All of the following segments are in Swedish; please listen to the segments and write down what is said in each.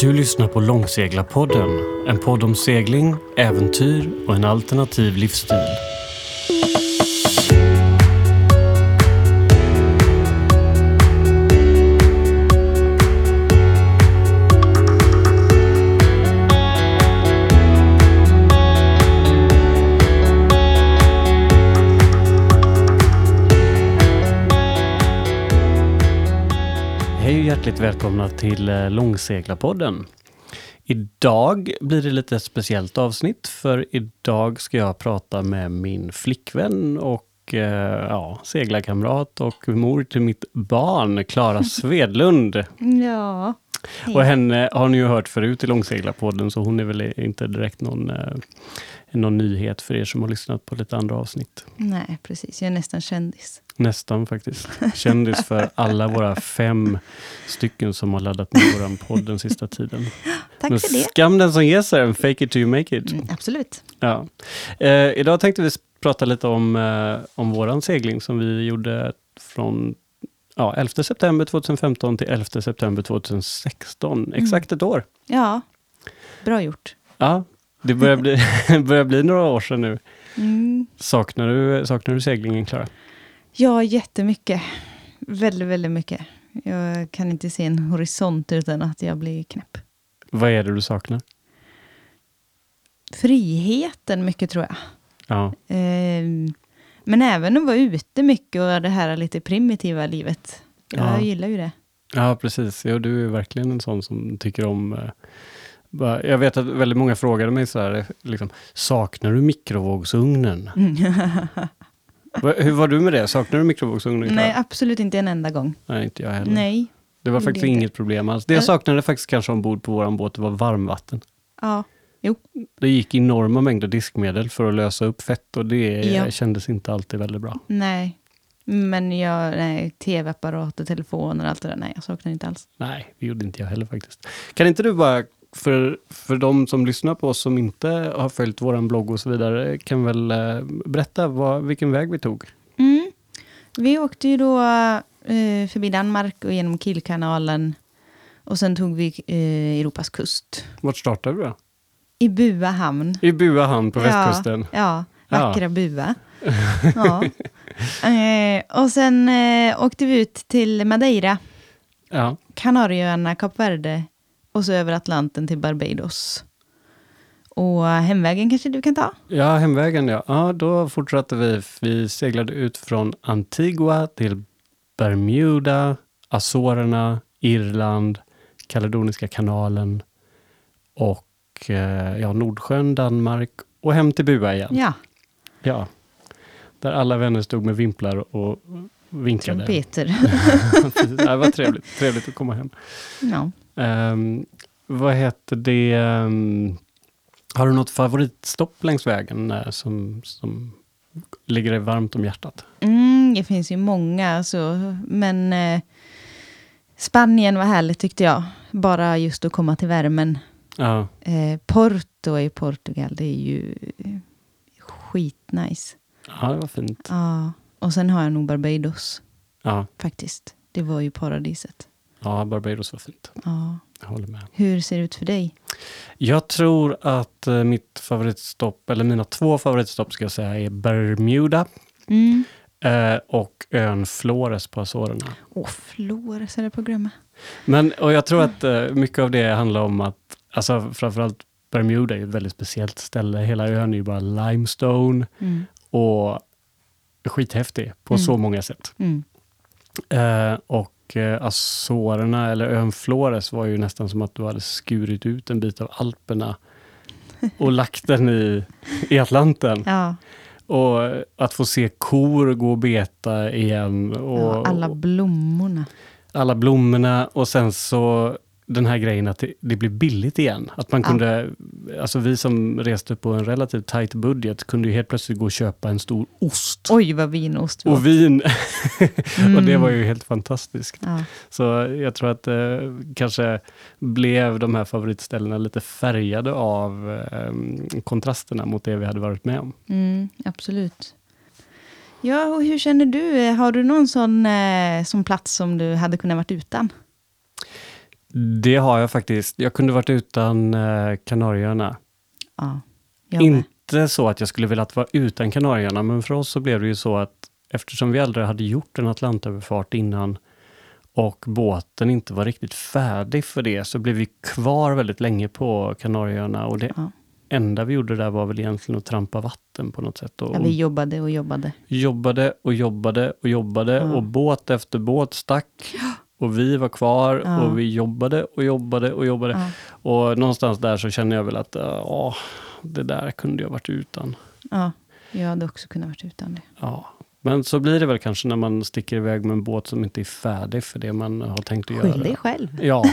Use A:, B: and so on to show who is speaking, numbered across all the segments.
A: Du lyssnar på Långseglarpodden. En podd om segling, äventyr och en alternativ livsstil. Hej och hjärtligt välkomna till eh, Långseglarpodden. Idag blir det lite speciellt avsnitt för idag ska jag prata med min flickvän och eh, ja, seglarkamrat och mor till mitt barn, Klara Svedlund.
B: Ja.
A: Och henne har ni ju hört förut i Långseglarpodden, så hon är väl inte direkt någon, eh, någon nyhet för er som har lyssnat på lite andra avsnitt.
B: Nej, precis. Jag är nästan kändis.
A: Nästan faktiskt. Kändis för alla våra fem stycken som har laddat ner våran podd den sista tiden.
B: Tack
A: Men
B: för det.
A: skam den som ger sig, en fake it till you make it.
B: Mm, absolut.
A: Ja. Eh, idag tänkte vi s- prata lite om, eh, om våran segling som vi gjorde från ja, 11 september 2015 till 11 september 2016.
B: Mm.
A: Exakt ett år.
B: Ja, bra gjort.
A: Ja, det börjar bli, börjar bli några år sedan nu.
B: Mm.
A: Saknar du, saknar du seglingen, Klara?
B: Ja, jättemycket. Väldigt, väldigt mycket. Jag kan inte se en horisont utan att jag blir knäpp.
A: Vad är det du saknar?
B: Friheten mycket, tror jag.
A: Ja,
B: Ehm, Men även att vara ute mycket och det här lite primitiva livet. Jag
A: Ja.
B: gillar ju det.
A: ja precis. Jo, du är verkligen en sån som tycker om eh, bara- jag vet att väldigt många frågade mig så här, liksom, saknar du mikrovågsugnen? Va- Hur var du med det? Saknar du mikrovågsugnen? Klara?
B: Nej, absolut inte en enda gång.
A: Nej, inte jag heller.
B: Nej.
A: det var faktiskt
B: det är inte.
A: inget problem alls. Det jag
B: Nej.
A: saknade faktiskt kanske ombord på vår båt det var varmvatten.
B: Ja. Jo.
A: Det gick enorma mängder diskmedel för att lösa upp fett och det
B: Ja.
A: kändes inte alltid väldigt bra.
B: Nej. Men jag, nej, tv-apparater, telefoner och allt det där, nej, jag saknar inte alls.
A: Nej, det gjorde inte jag heller faktiskt. Kan inte du bara, för, för de som lyssnar på oss som inte har följt vår blogg och så vidare, kan väl eh, berätta vad, vilken väg vi tog?
B: Mm. Vi åkte ju då eh, förbi Danmark och genom Kielkanalen. Och sen tog vi eh, Europas kust.
A: Vart startade vi då?
B: I Bua hamn.
A: I Bua hamn på västkusten.
B: Ja,
A: Ja.
B: ja vackra Bua. Ja. eh, och sen eh, åkte vi ut till Madeira,
A: Ja.
B: Kanarieöarna, Kap Verde och så över Atlanten till Barbados. Och hemvägen kanske du kan ta?
A: ja, hemvägen ja. ja. Då fortsatte vi. Vi seglade ut från Antigua till Bermuda, Azorerna, Irland, Kaledoniska kanalen och eh, ja, Nordsjön, Danmark och hem till Bua igen.
B: Ja,
A: Ja. Där alla vänner stod med vimplar och vinkade.
B: trumpeter.
A: Precis. det var trevligt, trevligt att komma hem.
B: Ja.
A: Ehm, vad heter det? ehm, har du något favoritstopp längs vägen eh, som, som ligger dig varmt om hjärtat?
B: Mm, det finns ju många, alltså, men eh, Spanien var härligt tyckte jag. Bara just att komma till värmen.
A: Ja,
B: Eh, Porto i Portugal, det är ju eh, skitnice.
A: ja det var fint.
B: Ja. Och sen har jag nog Barbados,
A: Ja,
B: faktiskt. Det var ju paradiset.
A: ja Barbados var fint.
B: Ja.
A: Jag håller med.
B: Hur ser det ut för dig?
A: Jag tror att eh, mitt favoritstopp, eller mina två favoritstopp ska jag säga, är Bermuda
B: Mm.
A: eh, och ön Flores på Azorerna.
B: Åh, Flores är det på att glömma.
A: Men, och jag tror att eh, mycket av det handlar om att, alltså framförallt Bermuda är ju ett väldigt speciellt ställe. Hela ön är ju bara limestone
B: Mm.
A: och skithäftig på
B: Mm.
A: så många sätt.
B: Mm.
A: Eh, och eh, Azorerna, eller ön Flores, var ju nästan som att du hade skurit ut en bit av Alperna och lagt den i, i Atlanten.
B: Ja.
A: Och eh, att få se kor gå och beta igen. Och,
B: ja, alla blommorna.
A: alla blommorna och sen så den här grejen att det, det blir billigt igen. Att man
B: Ja.
A: kunde, alltså vi som reste på en relativt tight budget kunde ju helt plötsligt gå och köpa en stor ost
B: Oj, vad vinost det var.
A: och vin. och det
B: Mm.
A: var ju helt fantastiskt.
B: Ja.
A: Så jag tror att eh, kanske blev de här favoritställena lite färgade av eh, kontrasterna mot det vi hade varit med om.
B: Mm, absolut. Ja, och hur känner eh, du? Har du någon sån eh, sån plats som du hade kunnat varit utan?
A: Det har jag faktiskt. Jag kunde varit utan eh, Kanarieöarna.
B: Ja, jag med.
A: Inte så att jag skulle velat vara utan Kanarieöarna, men för oss så blev det ju så att eftersom vi aldrig hade gjort en Atlantöverfart innan och båten inte var riktigt färdig för det, så blev vi kvar väldigt länge på Kanarieöarna. Och det
B: Ja.
A: enda vi gjorde där var väl egentligen att trampa vatten på något sätt. Och
B: Ja, vi jobbade och jobbade.
A: jobbade och jobbade och jobbade
B: Ja.
A: och båt efter båt stack. Och vi var kvar
B: Ja.
A: och vi jobbade och jobbade och jobbade.
B: Ja.
A: Och någonstans där så känner jag väl att ja, det där kunde jag varit utan.
B: Ja, jag hade också kunnat varit utan det.
A: Ja. Men så blir det väl kanske när man sticker iväg med en båt som inte är färdig för det man har tänkt att
B: Skyll dig
A: göra.
B: själv.
A: Ja,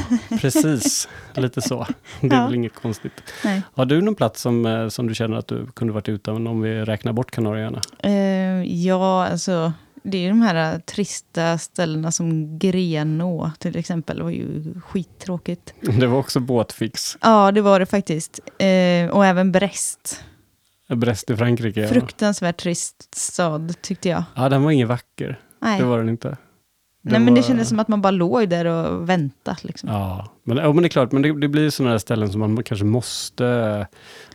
A: precis. Lite så. Det är
B: Ja.
A: väl inget konstigt.
B: Nej.
A: Har du någon plats som, eh, som du känner att du kunde varit utan om vi räknar bort Kanarieöarna?
B: Eh, ja, alltså. Det är ju de här eh, trista ställena som Grenå till exempel. Det var ju skittråkigt.
A: Det var också båtfix.
B: Ja, det var det faktiskt. Eh, och även Brest.
A: Brest i Frankrike. ja.
B: Fruktansvärt trist stad tyckte jag.
A: Ja, den var ingen vacker.
B: Nej,
A: Det var den inte.
B: Nej men det
A: var-
B: kändes som att man bara låg där och väntade. Liksom.
A: Ja, men, ja, men det är klart, men det, det blir ju sådana där ställen som man kanske måste eh,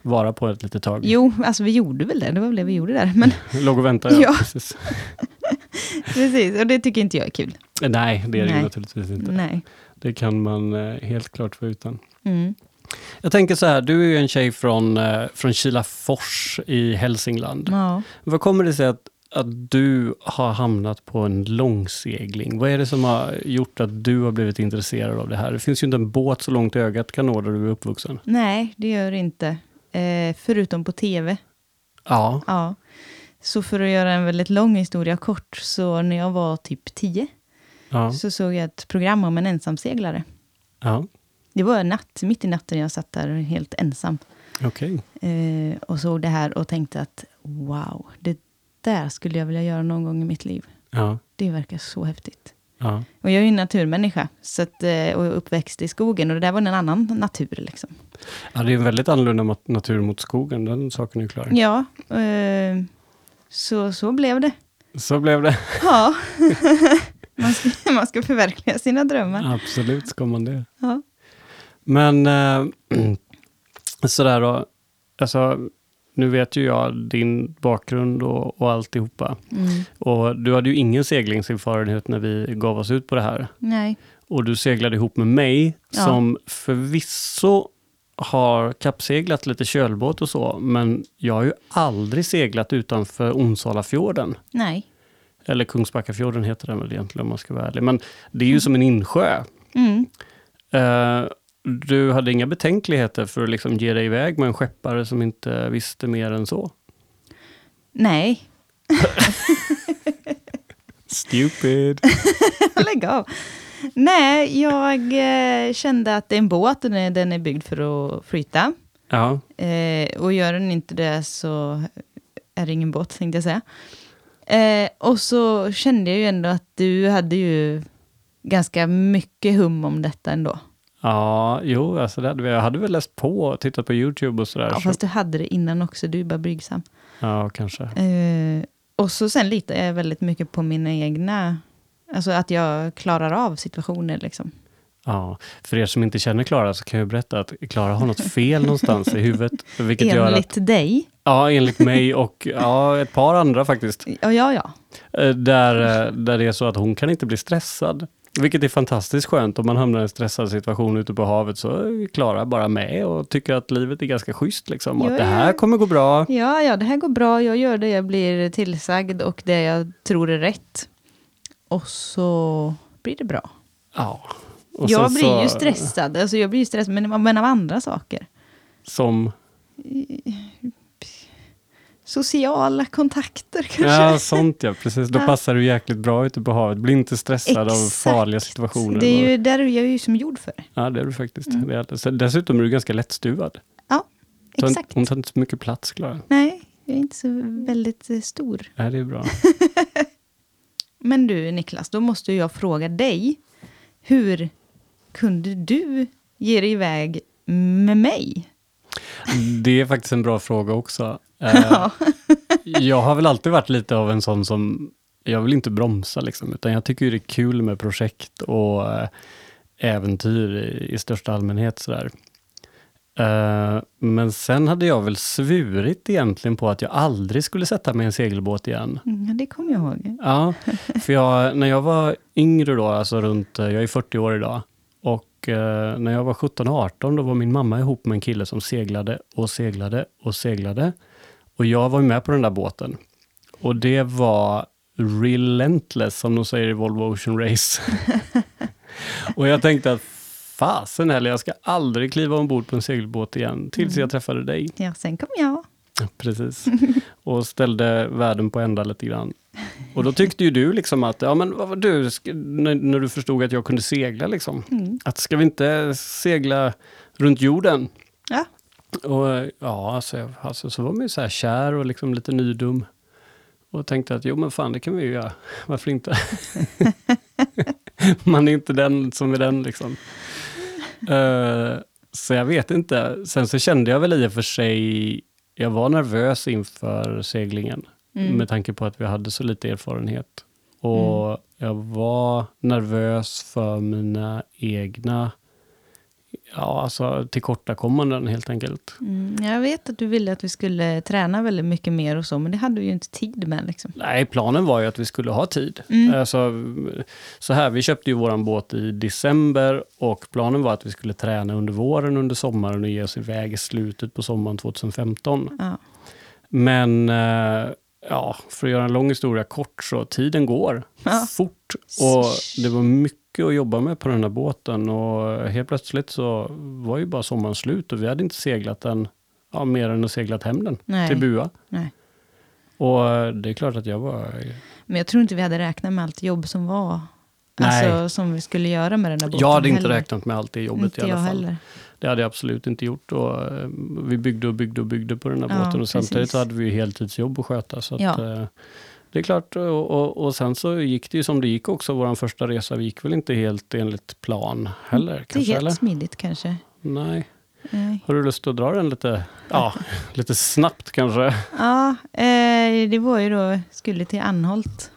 A: vara på ett litet tag.
B: Jo, alltså vi gjorde väl det. Det var väl det vi gjorde där. Men
A: Låg och väntade, ja.
B: Ja.
A: Precis.
B: precis, och det tycker inte jag är kul.
A: Eh, Nej, det är det ju
B: Nej.
A: naturligtvis inte.
B: Nej.
A: Det kan man eh, helt klart vara utan.
B: Mm.
A: Jag tänker så här, du är ju en tjej från, eh, från Kilafors i Hälsingland.
B: Ja.
A: Vad kommer det sig att, att du har hamnat på en långsegling? Vad är det som har gjort att du har blivit intresserad av det här? Det finns ju inte en båt så långt ögat kan nå där du är uppvuxen.
B: Nej, det gör det inte. Eh, förutom på tv.
A: Ja,
B: Ja. Så för att göra en väldigt lång historia kort, så när jag var typ 10
A: ja,
B: så såg jag ett program om en ensamseglare.
A: ja.
B: Det var en natt, mitt i natten, jag satt där helt ensam.
A: okej.
B: Eh, och såg det här och tänkte att wow, det där skulle jag vilja göra någon gång i mitt liv.
A: Ja,
B: Det verkar så häftigt.
A: ja,
B: Och jag är ju en naturmänniska så att, eh, och jag är uppväxt i skogen och det där var en annan natur. Liksom.
A: ja. Det är en väldigt annorlunda mat- natur mot skogen, den saken är ju klar.
B: Ja, eh, så, så blev det.
A: Så blev det.
B: Ja, man, ska, man ska förverkliga sina drömmar.
A: Absolut ska man det.
B: Ja.
A: Men eh, sådär då, alltså, nu vet ju jag din bakgrund och, och alltihopa.
B: Mm.
A: Och du hade ju ingen seglingserfarenhet när vi gav oss ut på det här.
B: Nej.
A: Och du seglade ihop med mig,
B: Ja.
A: som förvisso har kappseglat lite kölbåt och så, men jag har ju aldrig seglat utanför Onsala-fjorden.
B: Nej.
A: Eller Kungsbackafjorden heter den väl egentligen om man ska vara ärlig. Men det är ju som en insjö.
B: Mm.
A: Eh, du hade inga betänkligheter för att liksom ge dig iväg med en skeppare som inte visste mer än så?
B: Nej,
A: Stupid!
B: lägg av. Nej, jag eh, kände att det är en båt och den är- den är byggd för att flyta.
A: Ja,
B: Eh, och gör den inte det så är det ingen båt, tänkte jag säga. Eh, och så kände jag ju ändå att du hade ju ganska mycket hum om detta ändå.
A: ja jo, alltså det hade vi. Jag hade väl läst på och tittat på YouTube och sådär.
B: Ja,
A: så,
B: fast du hade det innan också, du är bara blygsam.
A: ja kanske.
B: Eh, och så sen litar jag väldigt mycket på mina egna, alltså att jag klarar av situationer liksom.
A: Ja, för er som inte känner Klara så kan jag berätta att Klara har något fel någonstans i huvudet. Vilket gör att,
B: Enligt dig.
A: ja, enligt mig och ja, ett par andra faktiskt.
B: Ja, ja, ja.
A: Eh, Där, eh, där det är så att hon kan inte bli stressad. Vilket är fantastiskt skönt. Om man hamnar i en stressad situation ute på havet så är Klara bara med och tycker att livet är ganska schysst. Liksom, och
B: Ja,
A: att det
B: ja.
A: här kommer gå bra.
B: Ja, ja, det här går bra. Jag gör det jag blir tillsagd och det jag tror är rätt. Och så blir det bra.
A: Ja. Och
B: jag
A: sen
B: blir
A: så-
B: ju stressad, alltså jag blir ju stressad, men, men av andra saker.
A: Som,
B: Sociala kontakter kanske.
A: ja, sånt ja, precis. Då
B: Ja.
A: passar du jäkligt bra ute på havet. Bli inte stressad
B: Exakt.
A: av farliga situationer.
B: Det är ju Mm. där jag är ju som gjord för.
A: Ja, det är du faktiskt. Det är alldeles- dessutom är du ganska lättstuvad.
B: Ja,
A: Så hon-
B: exakt.
A: Hon tar inte så mycket plats, Klara.
B: Nej, jag är inte så väldigt eh, stor.
A: Nej, det är bra.
B: Men du Niklas, då måste ju jag fråga dig. Hur kunde du ge dig iväg med mig?
A: Det är faktiskt en bra fråga också. Eh, jag har väl alltid varit lite av en sån som, jag vill inte bromsa liksom, utan jag tycker ju det är kul med projekt och eh, äventyr i, i största allmänhet. Sådär. Eh, men sen hade jag väl svurit egentligen på att jag aldrig skulle sätta mig i en segelbåt igen.
B: Mm, Ja, det kommer jag ihåg.
A: Ja, för jag, när jag var yngre då, alltså runt, eh, jag är 40 år idag, och eh, när jag var 17-18 då var min mamma ihop med en kille som seglade och seglade och seglade. Och jag var ju med på den där båten. Och det var relentless, som de säger i Volvo Ocean Race. och jag tänkte att fasen heller, jag ska aldrig kliva ombord på en segelbåt igen, tills jag träffade dig.
B: Ja, sen kom jag.
A: Precis. Och ställde världen på ända lite grann. Och då tyckte ju du liksom att, ja men vad var du, sk- när, när du förstod att jag kunde segla liksom.
B: Mm.
A: Att ska vi inte segla runt jorden?
B: Ja.
A: Och eh, ja, alltså, jag- alltså så var man ju så här kär och liksom lite nydum. Och tänkte att jo men fan det kan vi ju göra, varför inte? Man är inte den som är den liksom. Eh, så jag vet inte. Sen så kände jag väl i och för sig, jag var nervös inför seglingen.
B: Mm.
A: Med tanke på att vi hade så lite erfarenhet. Och jag var nervös för mina egna ja, alltså, tillkortakommanden helt enkelt.
B: Mm, jag vet att du ville att vi skulle träna väldigt mycket mer och så, men det hade du ju inte tid med. Liksom.
A: Nej, planen var ju att vi skulle ha tid.
B: Mm.
A: Alltså, så här, vi köpte ju våran båt i december och planen var att vi skulle träna under våren, under sommaren och ge oss iväg i slutet på sommaren 2015.
B: Ja.
A: Men eh, ja, för att göra en lång historia kort så, tiden går
B: Ja.
A: fort. Och det var mycket att jobba med på den här båten och helt plötsligt så var ju bara sommaren slut och vi hade inte seglat den, ja, mer än att seglat hem den
B: Nej.
A: till Bua.
B: Nej.
A: Och eh, det är klart att jag var...
B: Men jag tror inte vi hade räknat med allt jobb som var,
A: Nej.
B: alltså som vi skulle göra med den där båten.
A: Jag hade inte
B: heller.
A: räknat med allt det jobbet
B: Inte
A: i alla
B: jag
A: fall.
B: heller.
A: Det hade jag absolut inte gjort. Och, eh, vi byggde och byggde och byggde på den här
B: Ja,
A: båten och samtidigt
B: precis.
A: så hade vi ju heltidsjobb att sköta. Så att,
B: Ja.
A: eh, det är klart, och, och, och sen så gick det ju som det gick också. Vår första resa, vi gick väl inte helt enligt plan heller?
B: Det är
A: Kanske,
B: helt
A: eller?
B: smidigt kanske.
A: Nej.
B: Nej.
A: Har du lust att dra den lite, ja, lite snabbt kanske?
B: Ja, eh, det var ju då, skulle till Anholt.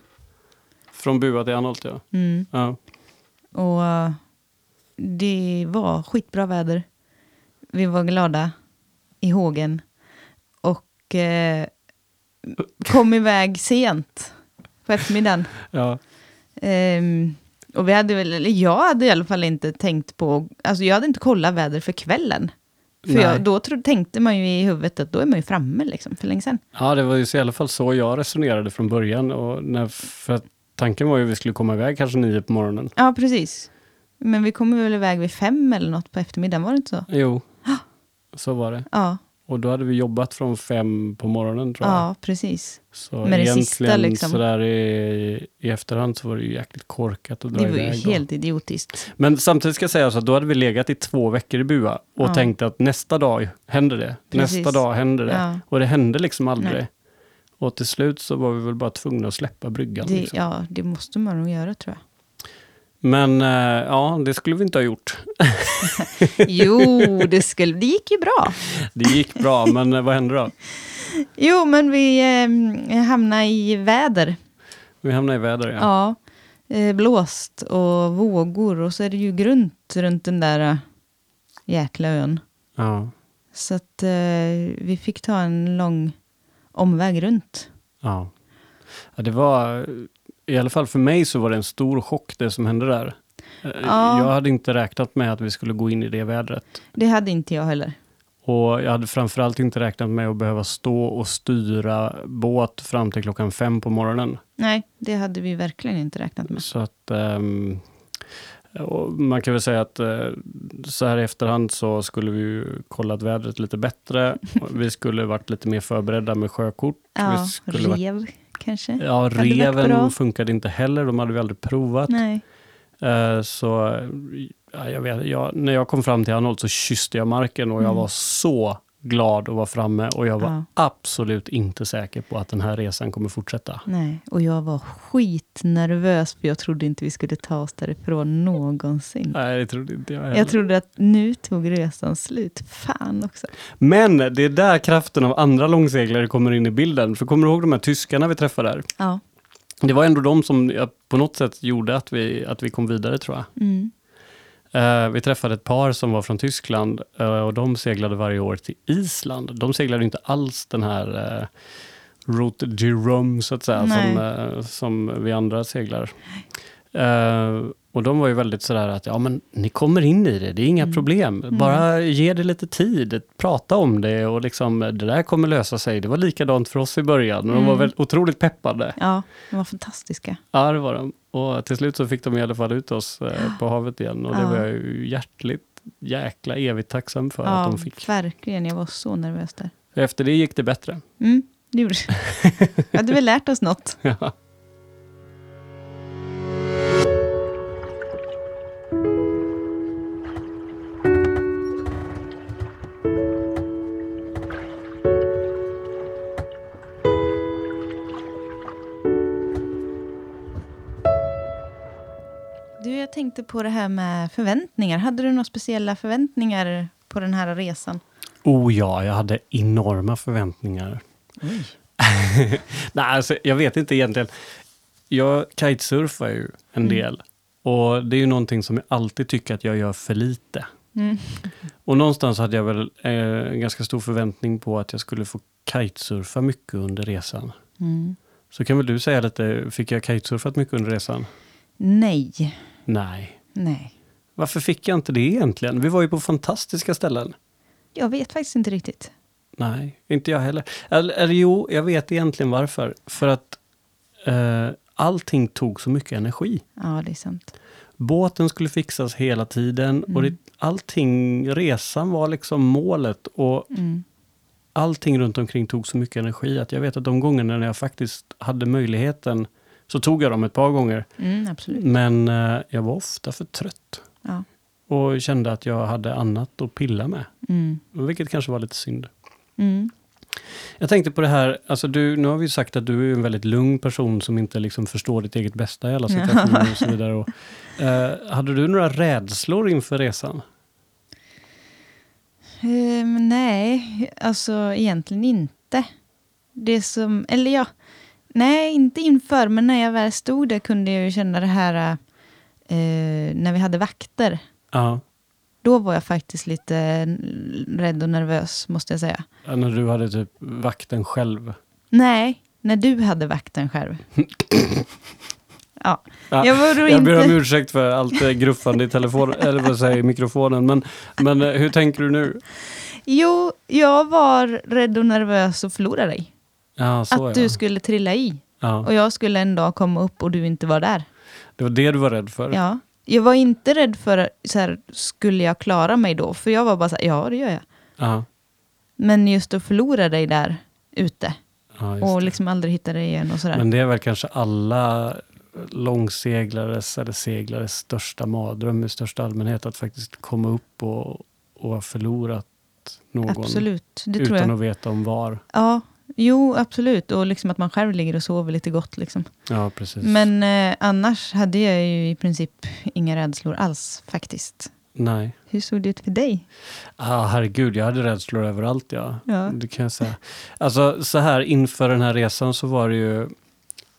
A: Från Bua till Anholt, ja.
B: Mm.
A: ja.
B: Och eh, det var skitbra väder. Vi var glada i hågen. Och eh, kom iväg sent på eftermiddagen.
A: ja.
B: Ehm, och vi hade väl, eller jag hade i alla fall inte tänkt på, alltså jag hade inte kollat väder för kvällen. För
A: Nej.
B: jag, då tro, tänkte man ju i huvudet att då är man ju framme liksom, för länge sedan.
A: Ja, det var ju så i alla fall så jag resonerade från början. Och när, för att tanken var ju att vi skulle komma iväg kanske nio på morgonen.
B: Ja, precis. Men vi kom väl iväg vid fem eller något på eftermiddagen, var det inte så?
A: Jo, så var det.
B: Ja,
A: Och då hade vi jobbat från fem på morgonen tror jag.
B: ja precis.
A: Så
B: Med det
A: egentligen
B: sista, liksom.
A: sådär i, i efterhand så var det ju jäkligt korkat att dra
B: Det var ju
A: iväg. då.
B: helt idiotiskt.
A: Men samtidigt ska jag säga så att då hade vi legat i två veckor i bua och
B: Ja.
A: tänkte att nästa dag händer det,
B: Precis.
A: nästa dag händer det.
B: Ja.
A: Och det hände liksom aldrig.
B: Nej.
A: Och till slut så var vi väl bara tvungna att släppa bryggan.
B: Det,
A: liksom.
B: ja, det måste man nog göra tror jag.
A: Men eh, ja, det skulle vi inte ha gjort.
B: Jo, det, skulle, det gick ju bra.
A: Det gick bra, men eh, vad hände då?
B: Jo, men vi eh, hamnade i väder.
A: Vi hamnade i väder, ja.
B: Ja. Eh, blåst och vågor och så är det ju grunt runt den där eh, jäkla ön.
A: Ja,
B: Så att eh, vi fick ta en lång omväg runt.
A: ja. ja det var, i alla fall för mig så var det en stor chock det som hände där. Eh,
B: Ja.
A: Jag hade inte räknat med att vi skulle gå in i det vädret.
B: Det hade inte jag heller.
A: Och jag hade framförallt inte räknat med att behöva stå och styra båt fram till klockan fem på morgonen.
B: Nej, det hade vi verkligen inte räknat med.
A: Så att, ehm, och man kan väl säga att eh, så här i efterhand så skulle vi ju kollat vädret lite bättre. Vi skulle varit lite mer förberedda med sjökort.
B: Ja,
A: vi skulle varit,
B: rev kanske.
A: ja
B: varit bra.
A: reven funkade inte heller, de hade vi aldrig provat.
B: Nej.
A: Eh, så eh, ja, jag vet, jag, när jag kom fram till Anholt så kysste jag marken och jag
B: Mm.
A: var så glad att vara framme och jag var
B: Ja.
A: absolut inte säker på att den här resan kommer fortsätta.
B: Nej, och jag var skitnervös för jag trodde inte vi skulle ta oss därifrån någonsin.
A: Nej, det trodde inte jag heller.
B: Jag trodde att nu tog resan slut. Fan också.
A: Men det är där kraften av andra långseglare kommer in i bilden. För kommer du ihåg de här tyskarna vi träffade där?
B: Ja.
A: Det var ändå de som ja, på något sätt gjorde att vi, att vi kom vidare tror jag.
B: Mm.
A: Eh, vi träffade ett par som var från Tyskland eh, och de seglade varje år till Island. De seglade inte alls den här eh, Route du Rome, så att säga,
B: Nej.
A: som, eh, som vi andra seglar. Eh, och de var ju väldigt sådär att, ja men ni kommer in i det, det är
B: Mm.
A: inga problem. Bara ge det lite tid, prata om det och liksom, det där kommer lösa sig. Det var likadant för oss i början, och de var
B: Mm.
A: väl otroligt peppade.
B: Ja, de var fantastiska.
A: Ja, det var de. Och till slut så fick de i alla fall ut oss eh, på havet igen och det
B: Ja.
A: var jag ju hjärtligt jäkla evigt tacksam för
B: ja,
A: att de fick.
B: verkligen. Jag var så nervös där.
A: Efter det gick det bättre.
B: Mm, det gjorde det. Vi hade väl lärt oss något.
A: Ja.
B: Du, jag tänkte på det här med förväntningar. Hade du några speciella förväntningar på den här resan?
A: Oh ja, jag hade enorma förväntningar. Nej, alltså, jag vet inte egentligen. Jag kitesurfar ju
B: Mm.
A: en del och det är ju någonting som jag alltid tycker att jag gör för lite.
B: Mm.
A: Och någonstans hade jag väl eh, en ganska stor förväntning på att jag skulle få kitesurfa mycket under resan.
B: Mm.
A: Så kan väl du säga lite, fick jag kitesurfat mycket under resan?
B: Nej.
A: Nej.
B: Nej.
A: Varför fick jag inte det egentligen? Vi var ju på fantastiska ställen.
B: Jag vet faktiskt inte riktigt.
A: Nej, inte jag heller. Eller, eller jo, jag vet egentligen varför. För att eh, allting tog så mycket energi.
B: Ja, det är sant.
A: Båten skulle fixas hela tiden och det,
B: Mm.
A: allting, resan var liksom målet och
B: Mm.
A: allting runt omkring tog så mycket energi att jag vet att de gångerna när jag faktiskt hade möjligheten så tog jag dem ett par gånger.
B: Mm, absolut.
A: Men eh, jag var ofta för trött.
B: Ja.
A: och kände att jag hade annat att pilla med,
B: Mm.
A: vilket kanske var lite synd.
B: Mm.
A: Jag tänkte på det här, alltså du, nu har vi ju sagt att du är en väldigt lugn person som inte liksom förstår ditt eget bästa i alla situationer och så vidare. Och, eh, hade du några rädslor inför resan?
B: Ehm, nej, alltså egentligen inte. Det som, eller ja, nej inte inför, men när jag väl stod där kunde jag ju känna det här eh, när vi hade vakter.
A: Ja,
B: Då var jag faktiskt lite n- rädd och nervös, måste jag säga.
A: när du hade typ vakten själv.
B: Nej, när du hade vakten själv. ja,
A: Ja,
B: jag var då
A: Jag ber om
B: inte...
A: ursäkt för allt eh, gruffande i telefon, eller vad säger jag, i mikrofonen, men, men eh, hur tänker du nu?
B: Jo, jag var rädd och nervös att förlora dig.
A: Ja, så
B: att
A: ja.
B: du skulle trilla i.
A: ja.
B: Och jag skulle en dag komma upp och du inte var där.
A: Det var det du var rädd för?
B: Ja. Jag var inte rädd för, så här, skulle jag klara mig då? För jag var bara så här, ja det gör jag.
A: ja.
B: Men just att förlora dig där ute
A: ja just
B: och
A: det.
B: liksom aldrig hitta dig igen och sådär.
A: Men det är väl kanske alla långseglares eller seglares största mardröm i största allmänhet, att faktiskt komma upp och, och ha förlorat någon
B: Absolut, det tror
A: utan
B: jag.
A: att veta om var.
B: Ja, jo absolut. Och liksom att man själv ligger och sover lite gott liksom.
A: Ja, precis.
B: Men eh, annars hade jag ju i princip inga rädslor alls faktiskt.
A: Nej.
B: Hur såg det ut för dig?
A: Ah, herregud, jag hade rädslor överallt, ja.
B: Ja.
A: Det kan jag säga. Alltså, så här, inför den här resan så var det ju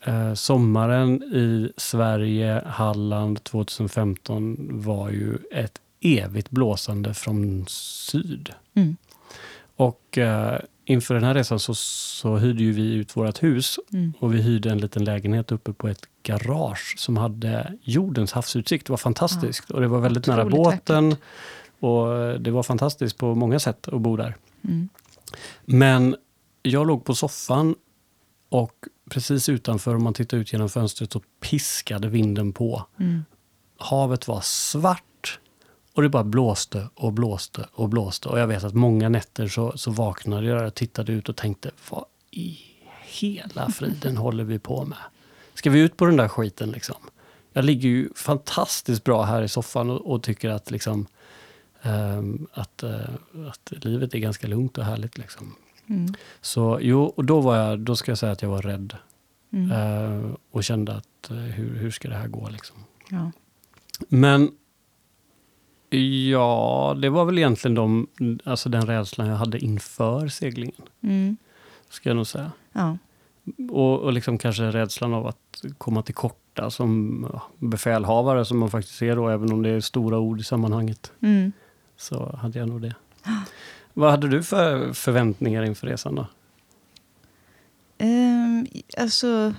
A: eh, sommaren i Sverige, Halland 2015 var ju ett evigt blåsande från syd.
B: Mm.
A: Och eh, inför den här resan så, så hyrde ju vi ut vårt hus
B: Mm.
A: och vi hyrde en liten lägenhet uppe på ett garage som hade jordens havsutsikt. Det var fantastiskt och det var väldigt nära
B: Otroligt
A: båten och eh, det var fantastiskt på många sätt att bo där.
B: Mm.
A: Men jag låg på soffan och precis utanför, om man tittar ut genom fönstret, så piskade vinden på.
B: Mm.
A: Havet var svart och det bara blåste och blåste och blåste. Och jag vet att många nätter så, så vaknade jag och tittade ut och tänkte, vad i hela friden håller vi på med? Ska vi ut på den där skiten liksom? Jag ligger ju fantastiskt bra här i soffan och, och tycker att, liksom, ehm, att, eh, att livet är ganska lugnt och härligt. Liksom.
B: Mm.
A: Så jo, och då, var jag, då ska jag säga att jag var rädd
B: Mm.
A: eh, och kände att eh, hur, hur ska det här gå? Liksom.
B: Ja.
A: Men ja, det var väl egentligen de, alltså den rädslan jag hade inför seglingen,
B: Mm.
A: ska jag nog säga.
B: Ja.
A: Och, och liksom kanske rädslan av att komma till korta som ja, befälhavare, som man faktiskt är då, även om det är stora ord i sammanhanget,
B: Mm.
A: så hade jag nog det. Vad hade du för förväntningar inför resan då?
B: Ehm, alltså,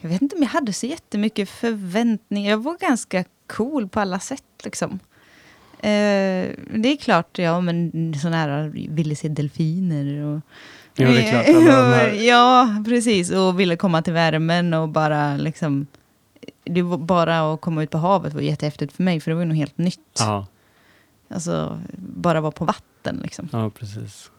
B: jag vet inte om jag hade så jättemycket förväntningar. Jag var ganska cool på alla sätt liksom. Ehm, det är klart, ja men sådana här ville se delfiner och...
A: Jo, det är klart, alla de här-
B: ja, precis. Och ville komma till värmen och bara liksom... Det var bara att komma ut på havet var jättehäftigt för mig, för det var ju något helt nytt.
A: Ja,
B: Alltså, bara vara på vatten liksom.
A: ja precis.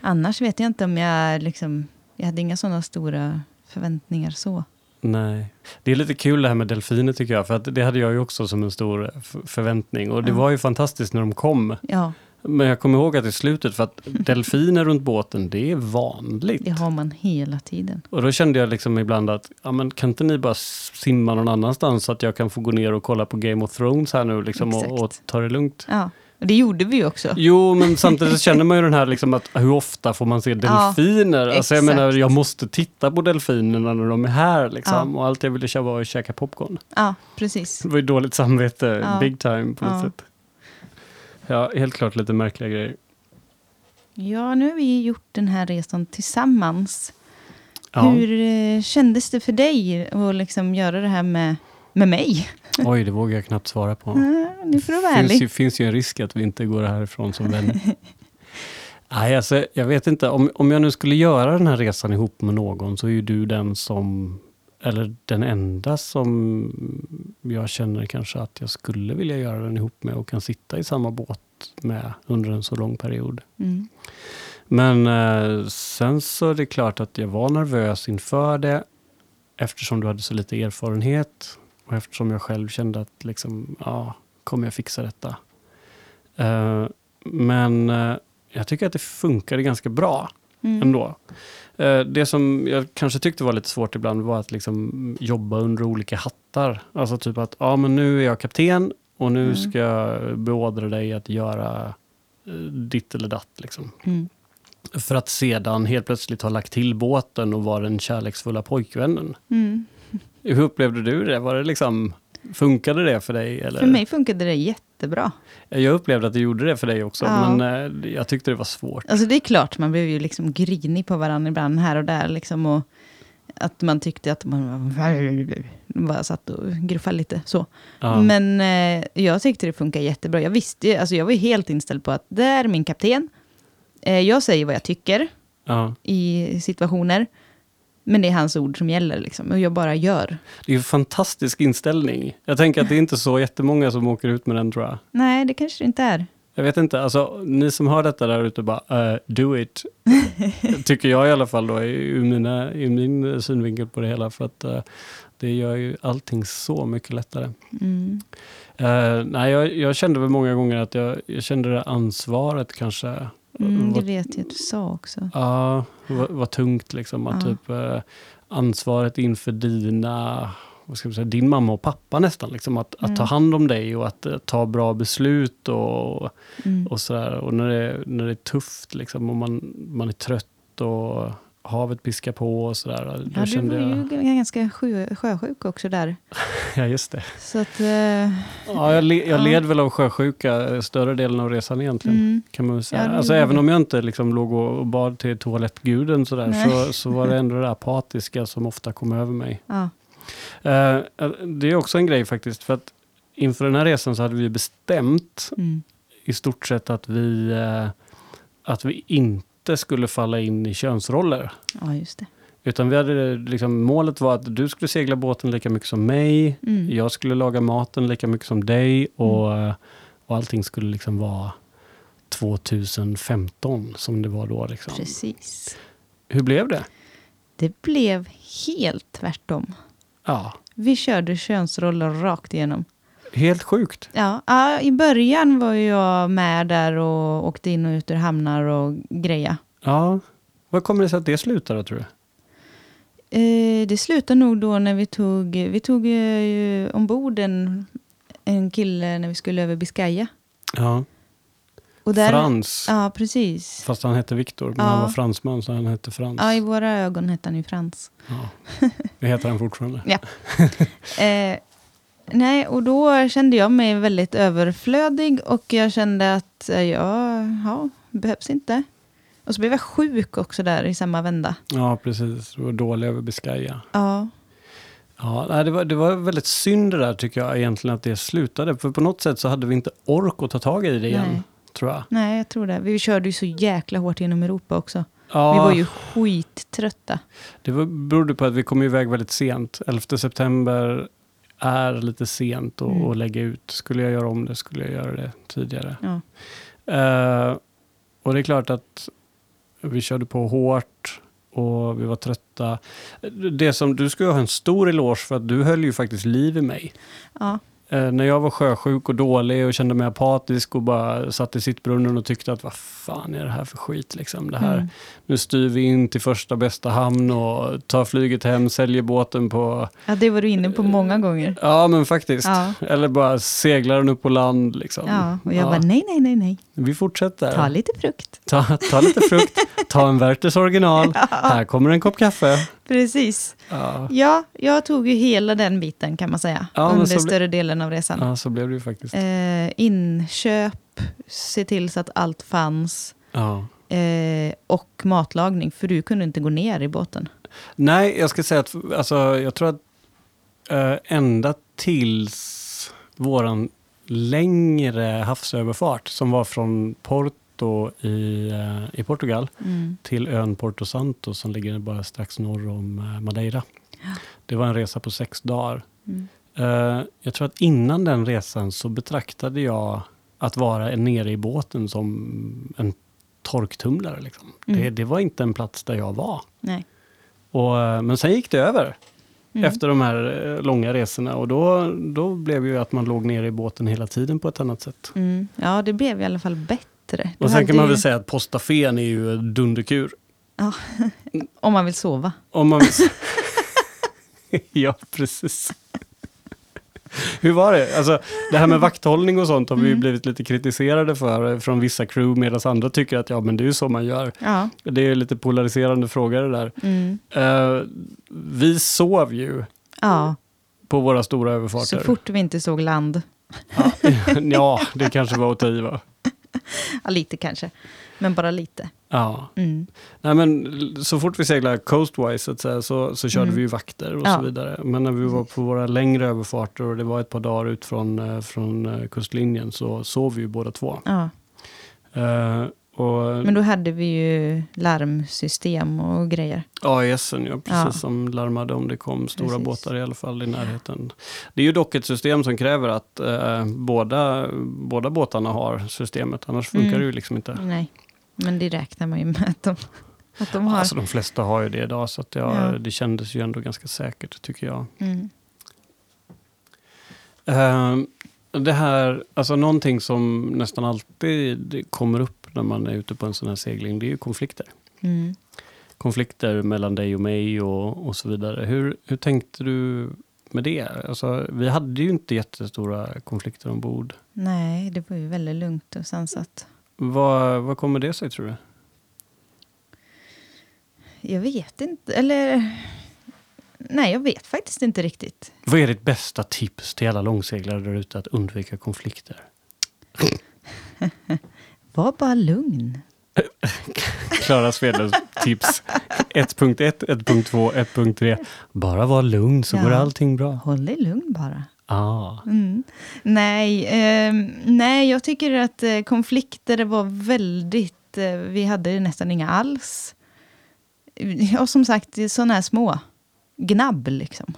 B: Annars vet jag inte om jag liksom, jag hade inga sådana stora förväntningar så.
A: Nej. Det är lite kul det här med delfiner tycker jag, för att det hade jag ju också som en stor f- förväntning. Och det
B: Ja.
A: var ju fantastiskt när de kom.
B: Ja,
A: Men jag kommer ihåg att i slutet, för att
B: Mm.
A: delfiner runt båten, det är vanligt.
B: det har man hela tiden.
A: Och då kände jag liksom ibland att, ja men kan inte ni bara simma någon annanstans så att jag kan få gå ner och kolla på Game of Thrones här nu liksom och,
B: Exakt.
A: och ta det lugnt?
B: Ja, och det gjorde vi ju också.
A: Jo, men samtidigt så känner man ju den här liksom att hur ofta får man se delfiner? alltså jag
B: exakt.
A: menar, jag måste titta på delfinerna när de är här liksom. Och allt jag ville köra var att käka popcorn.
B: Ja, precis.
A: Det var ju dåligt samvete,
B: Ja.
A: big time på något
B: Ja.
A: sätt. Ja, helt klart lite märkliga grejer.
B: Ja, nu har vi gjort den här resan tillsammans.
A: Ja.
B: Hur eh, kändes det för dig att liksom göra det här med, med mig?
A: Oj, det vågar jag knappt svara på.
B: Ja, Mm, nu får du vara
A: finns ju,
B: ärlig.
A: finns ju en risk att vi inte går härifrån som vänner. Nej, alltså, jag vet inte. Om, om jag nu skulle göra den här resan ihop med någon så är ju du den som, eller den enda som jag känner kanske att jag skulle vilja göra den ihop med och kan sitta i samma båt med under en så lång period.
B: Mm.
A: Men eh, sen så är det klart att jag var nervös inför det eftersom du hade så lite erfarenhet och eftersom jag själv kände att liksom, ja, kommer jag fixa detta? Eh, men eh, jag tycker att det funkade ganska bra
B: Mm.
A: ändå. Eh, Det som jag kanske tyckte var lite svårt ibland var att liksom jobba under olika hattar. Alltså typ att ja, men nu är jag kapten och nu
B: Mm.
A: ska jag beordra dig att göra eh, ditt eller datt. Liksom.
B: Mm.
A: För att sedan helt plötsligt ha lagt till båten och vara den kärleksfulla pojkvännen.
B: Mm.
A: Hur upplevde du det? Var det liksom, funkade det för dig? Eller?
B: För mig funkade det jättebra.
A: Jag upplevde att det gjorde det för dig också,
B: Ja.
A: men eh, jag tyckte det var svårt.
B: Alltså det är klart, man blev ju liksom grinig på varandra ibland här och där. Liksom, och att man tyckte att man bara satt och gruffade lite. Så.
A: Ja.
B: Men eh, jag tyckte det funkar jättebra. Jag visste ju, alltså jag var ju helt inställd på att det är min kapten. Eh, jag säger vad jag tycker
A: Ja.
B: i situationer. Men det är hans ord som gäller liksom. Och jag bara gör.
A: Det är ju en fantastisk inställning. Jag tänker att det är inte så jättemånga som åker ut med den tror jag.
B: Nej, det kanske det inte är.
A: Jag vet inte, alltså ni som hör detta där ute bara, eh, do it. Tycker jag i alla fall då, ur, mina, ur min synvinkel på det hela. För att eh, det gör ju allting så mycket lättare.
B: Mm.
A: Eh, nej, jag, jag kände väl många gånger att jag, jag kände det ansvaret kanske.
B: Mm, det
A: Vad-
B: vet jag att du sa också.
A: Ja, var, var tungt liksom. Att
B: Ja.
A: typ eh, ansvaret inför dina, vad ska man säga, din mamma och pappa nästan. Liksom, att, att ta
B: Mm.
A: hand om dig och att eh, ta bra beslut och,
B: Mm.
A: och sådär. Och när det, när det är tufft liksom, och man, man är trött och havet piskar på och sådär. Då
B: Ja, du var
A: kände jag,
B: ju ganska sjö, sjösjuk också där.
A: ja just det.
B: Så att... eh,
A: Ja, jag, le, jag
B: Ja.
A: led väl av sjösjuka eh, större delen av resan egentligen.
B: mm.
A: kan man väl säga.
B: Ja, det
A: alltså,
B: gjorde
A: även
B: det.
A: om jag inte liksom låg och och bad till toalettguden sådär,
B: Nej.
A: så, så var det ändå det apatiska som ofta kom över mig.
B: Ja.
A: Eh, det är också en grej faktiskt, för att inför den här resan så hade vi bestämt
B: Mm.
A: i stort sett att vi, eh, att vi inte skulle falla in i könsroller.
B: ja, just det.
A: Utan vi hade, liksom, målet var att du skulle segla båten lika mycket som mig,
B: Mm.
A: jag skulle laga maten lika mycket som dig och, eh, och allting skulle liksom vara 2015 som det var då. Liksom.
B: Precis.
A: Hur blev det?
B: Det blev helt tvärtom.
A: Ja,
B: Vi körde könsroller rakt igenom.
A: helt sjukt.
B: Ja, ja, I början var ju jag med där och åkte in och ut ur hamnar och greja.
A: Ja. Vad kommer det sig att det slutar då tror du?
B: Eh, det slutade nog då när vi tog, vi tog eh, ombord en, en kille när vi skulle över Biscaya.
A: Ja.
B: Och där,
A: Frans.
B: Ja, precis.
A: Fast han hette Viktor, men han
B: Ja.
A: var fransman så han hette Frans.
B: Ja, i våra ögon hette han ju Frans.
A: Ja. Det heter han fortfarande.
B: Eh, nej, och då kände jag mig väldigt överflödig och jag kände att eh, jag ja, behövs inte. Och så blev jag sjuk också där i samma vända.
A: Ja, precis. Och dålig över Biscaya.
B: Ja,
A: Ja, nej, det, var, det var väldigt synd det där tycker jag egentligen att det slutade. För på något sätt så hade vi inte ork att ta tag i det igen,
B: Nej.
A: tror jag.
B: nej, jag tror det. Vi körde ju så jäkla hårt genom Europa också.
A: Ja,
B: Vi var ju skittrötta.
A: Det var, berodde på att vi kom iväg väldigt sent. 11 september är lite sent att
B: Mm.
A: att lägga ut. Skulle jag göra om det skulle jag göra det tidigare.
B: Ja.
A: Eh, och det är klart att vi körde på hårt och vi var trötta. Det som, du ska ju ha en stor eloge för att du höll ju faktiskt liv i mig.
B: Ja,
A: Eh, när jag var sjösjuk och dålig och kände mig apatisk och bara satt i sittbrunnen och tyckte att vad fan är det här för skit liksom? Det här,
B: Mm.
A: Nu styr vi in till första bästa hamn och tar flyget hem, säljer båten på...
B: ja det var du inne på många gånger.
A: Ja men faktiskt.
B: Ja.
A: Eller bara seglar den upp på land liksom.
B: Ja, och jag bara nej, nej, nej, nej.
A: Vi fortsätter.
B: Ta lite frukt.
A: Ta, ta lite frukt, ta en Werthers original, här kommer en kopp kaffe.
B: Precis.
A: Ja.
B: Ja, jag tog ju hela den biten kan man säga.
A: Ja, men
B: under
A: så bli-
B: större delen av resan.
A: ja, så blev det ju faktiskt.
B: Eh, inköp, se till så att allt fanns.
A: Ja.
B: Eh, och matlagning, för du kunde inte gå ner i båten.
A: Nej, jag ska säga att alltså, jag tror att eh, ända tills våran längre havsöverfart som var från Porto i, eh, i Portugal till ön Porto Santo som ligger bara strax norr om eh, Madeira. Det var en resa på sex dagar.
B: Mm.
A: Eh, jag tror att innan den resan så betraktade jag att vara nere i båten som en torktumlare. Liksom.
B: Mm.
A: Det, det var inte en plats där jag var.
B: Nej.
A: Och, eh, men sen gick det över
B: Mm.
A: efter de här eh, långa resorna och då, då blev ju att man låg nere i båten hela tiden på ett annat sätt.
B: Mm. Ja, det blev i alla fall bättre. Du
A: Och sen
B: hade
A: kan man
B: ju-
A: väl säga att postafen är ju en dunderkur.
B: Om man vill sova.
A: Om man ja, precis. Hur var det? Alltså, det här med vakthållning och sånt har vi ju
B: Mm.
A: blivit lite kritiserade för eh, från vissa crew medan andra tycker att ja, men det är ju så man gör.
B: Ja.
A: Det är ju lite polariserande fråga det där.
B: Mm.
A: Eh, vi sov ju
B: Ja,
A: på våra stora överfarter.
B: så fort vi inte såg land.
A: Ja, ja, det kanske var att ta i, va?
B: Ja, lite kanske, men bara lite.
A: Ja.
B: Mm.
A: Nej, men l- så fort vi seglade coastwise så, att säga, så, så körde
B: Mm.
A: vi ju vakter och
B: Ja.
A: så vidare. Men när vi var på våra längre överfarter och det var ett par dagar ut från, eh, från eh, kustlinjen så sov vi ju båda två.
B: Ja.
A: Eh, och,
B: Men då hade vi ju larmsystem och grejer.
A: AISen, E ja, precis
B: Ja.
A: som larmade om det kom stora
B: Precis.
A: båtar i alla fall i närheten. Det är ju dock ett system som kräver att eh, båda, båda båtarna har systemet, annars funkar
B: Mm.
A: det ju liksom inte.
B: Nej, men det räknar man ju med att de, att de har.
A: Alltså de flesta har ju det idag, så att jag,
B: Ja.
A: det kändes ju ändå ganska säkert tycker jag.
B: Mm.
A: Ehm, det här, alltså någonting som nästan alltid kommer upp när man är ute på en sån här segling, det är ju konflikter.
B: Mm.
A: Konflikter mellan dig och mig och, och så vidare. Hur, hur tänkte du med det? Alltså, vi hade ju inte jättestora konflikter ombord.
B: Nej, det var ju väldigt lugnt och sansat.
A: Vad, vad kommer det sig tror du?
B: Jag vet inte, eller... Nej, jag vet faktiskt inte riktigt.
A: Vad är ditt bästa tips till alla långseglare där ute att undvika konflikter?
B: Var bara lugn.
A: Klara Svedlunds tips 1.1, 1.2, 1.3. Bara var lugn så
B: Ja.
A: går allting bra.
B: Håll dig lugn bara.
A: Ah.
B: Mm. Nej, ehm, nej, jag tycker att eh, konflikter var väldigt... Eh, vi hade nästan inga alls. Ja, som sagt, det är sådana här små gnabb liksom.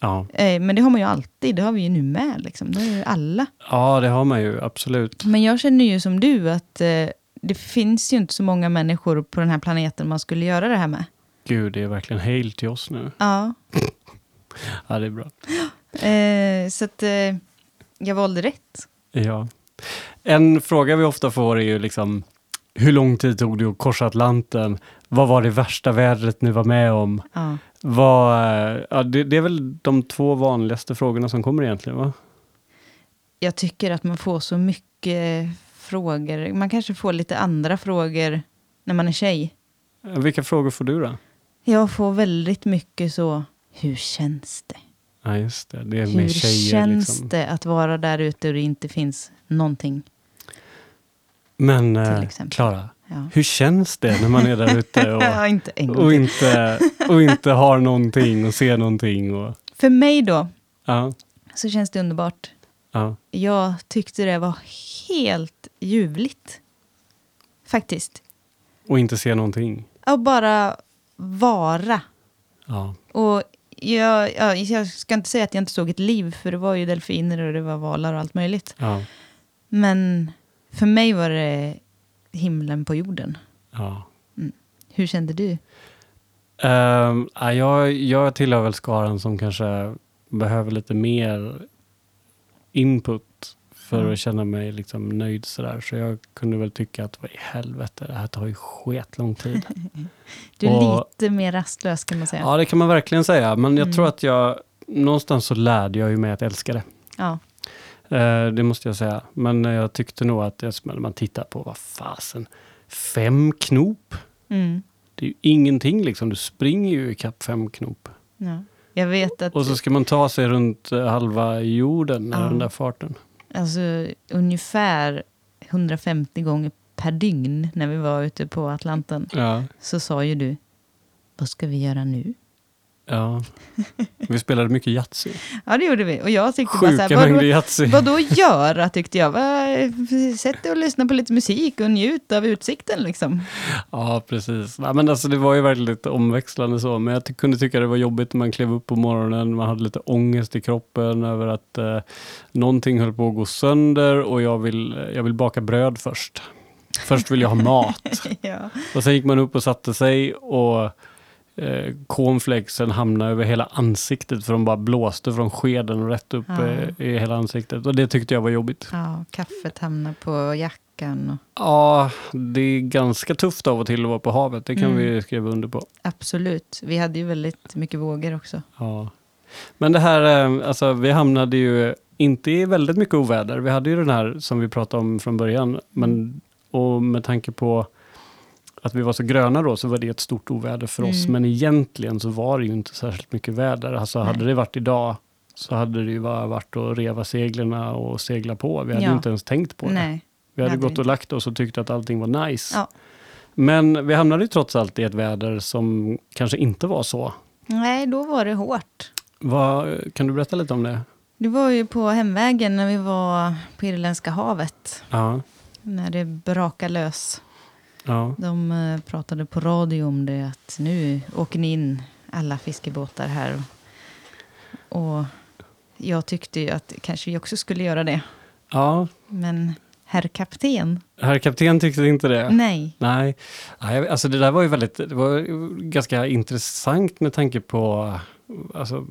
A: Ja.
B: Eh, men det har man ju alltid, det har vi ju nu med liksom. Det har ju alla.
A: ja, det har man ju absolut.
B: Men jag känner ju som du att eh, det finns ju inte så många människor på den här planeten man skulle göra det här med.
A: Gud, det är verkligen hail till oss nu.
B: Ja.
A: Ja, det är bra.
B: Eh, så att eh, jag valde rätt.
A: Ja. En fråga vi ofta får är ju liksom, hur lång tid tog det att korsa Atlanten? Vad var det värsta vädret ni var med om?
B: Ja.
A: Vad, eh, ja, det, det är väl de två vanligaste frågorna som kommer egentligen, va?
B: Jag tycker att man får så mycket frågor. Man kanske får lite andra frågor när man är tjej.
A: Vilka frågor får du då?
B: Jag får väldigt mycket så, hur känns det?
A: Ja, just det. Det är
B: Hur
A: med tjejer
B: känns
A: liksom.
B: det att vara där ute och det inte finns någonting?
A: Men
B: Till
A: eh,
B: exempel.
A: Klara,
B: Ja,
A: hur känns det när man är där ute och,
B: ja inte en gång
A: och,
B: till.
A: inte, och inte har någonting och ser någonting? Och,
B: För mig då,
A: ja,
B: så känns det underbart.
A: ja.
B: Jag tyckte det var helt ljuvligt. Faktiskt.
A: och inte se någonting.
B: Att bara vara.
A: Ja.
B: Och jag, ja, jag ska inte säga att jag inte såg ett liv, för det var ju delfiner och det var valar och allt möjligt.
A: Ja,
B: Men för mig var det himlen på jorden.
A: ja.
B: Hur kände du?
A: Ehm, ja, jag, jag tillhör väl skaran som kanske behöver lite mer input för
B: Mm.
A: att känna mig liksom nöjd sådär. Så jag kunde väl tycka att vad i helvete, det här tar ju sket lång tid.
B: Du är
A: Och-
B: lite mer rastlös kan man säga. Ja.
A: ja, det kan man verkligen säga. Men jag
B: Mm.
A: tror att jag, någonstans så lärde jag ju mig att älska det.
B: Ja.
A: Eh, det måste jag säga. Men eh, jag tyckte nog att, jag- när man tittar på, vad fasen, fem knop?
B: Mm.
A: Det är ju ingenting liksom, du springer ju ikapp fem knop.
B: ja. Jag vet att
A: Och så ska man ta sig runt eh, halva jorden med
B: Ja.
A: den där farten.
B: alltså, ungefär 150 gånger per dygn när vi var ute på Atlanten
A: Ja.
B: så sa ju du, vad ska vi göra nu?
A: ja. Vi spelade mycket Yatzy.
B: Ja, det gjorde vi. Och jag tyckte bara så
A: Sjuka
B: här, vadå,
A: mängder Yatzy.
B: vadå göra tyckte jag? Va- Sätt dig och lyssna på lite musik och njut av utsikten liksom.
A: Ja, precis. Nej, men alltså, det var ju väldigt omväxlande så, men jag ty- kunde tycka det var jobbigt när man klev upp på morgonen, man hade lite ångest i kroppen över att eh, någonting höll på att gå sönder och jag vill, eh, jag vill baka bröd först. Först vill jag ha mat.
B: ja.
A: Och sen gick man upp och satte sig och eh, cornflakesen hamnade över hela ansiktet för de bara blåste från skeden och rätt upp
B: Ja.
A: eh, i hela ansiktet. Och det tyckte jag var jobbigt.
B: ja, kaffet hamnar på jackan. Och,
A: Ja, det är ganska tufft av och till att vara på havet, det kan
B: Mm.
A: vi skriva under på.
B: absolut, vi hade ju väldigt mycket vågor också.
A: Ja. Men det här, eh, alltså vi hamnade ju inte i väldigt mycket oväder. Vi hade ju den här som vi pratade om från början,
B: Mm.
A: men och med tanke på att vi var så gröna då, så var det ett stort oväder för oss.
B: Mm.
A: Men egentligen så var det ju inte särskilt mycket väder. Alltså hade
B: Nej.
A: det varit idag, så hade det ju bara varit att reva seglerna och segla på. Vi hade
B: Ja.
A: ju inte ens tänkt på det.
B: Nej,
A: Vi hade
B: hade vi
A: gått och lagt oss och tyckt att allting var nice.
B: Ja.
A: Men vi hamnade ju trots allt i ett väder som kanske inte var så.
B: Nej, då var det hårt.
A: Vad, kan du berätta lite om det?
B: Det var ju på hemvägen när vi var på Irländska havet.
A: Ja,
B: När det brakade lös.
A: ja,
B: De eh, pratade på radio om det att nu åker ni in alla fiskebåtar här. Och jag tyckte ju att kanske jag också skulle göra det.
A: ja.
B: Men herr kapten,
A: Herr kapten tyckte inte det.
B: nej.
A: Nej, Nej, alltså det där var ju väldigt, det var ju ganska intressant med tanke på alltså,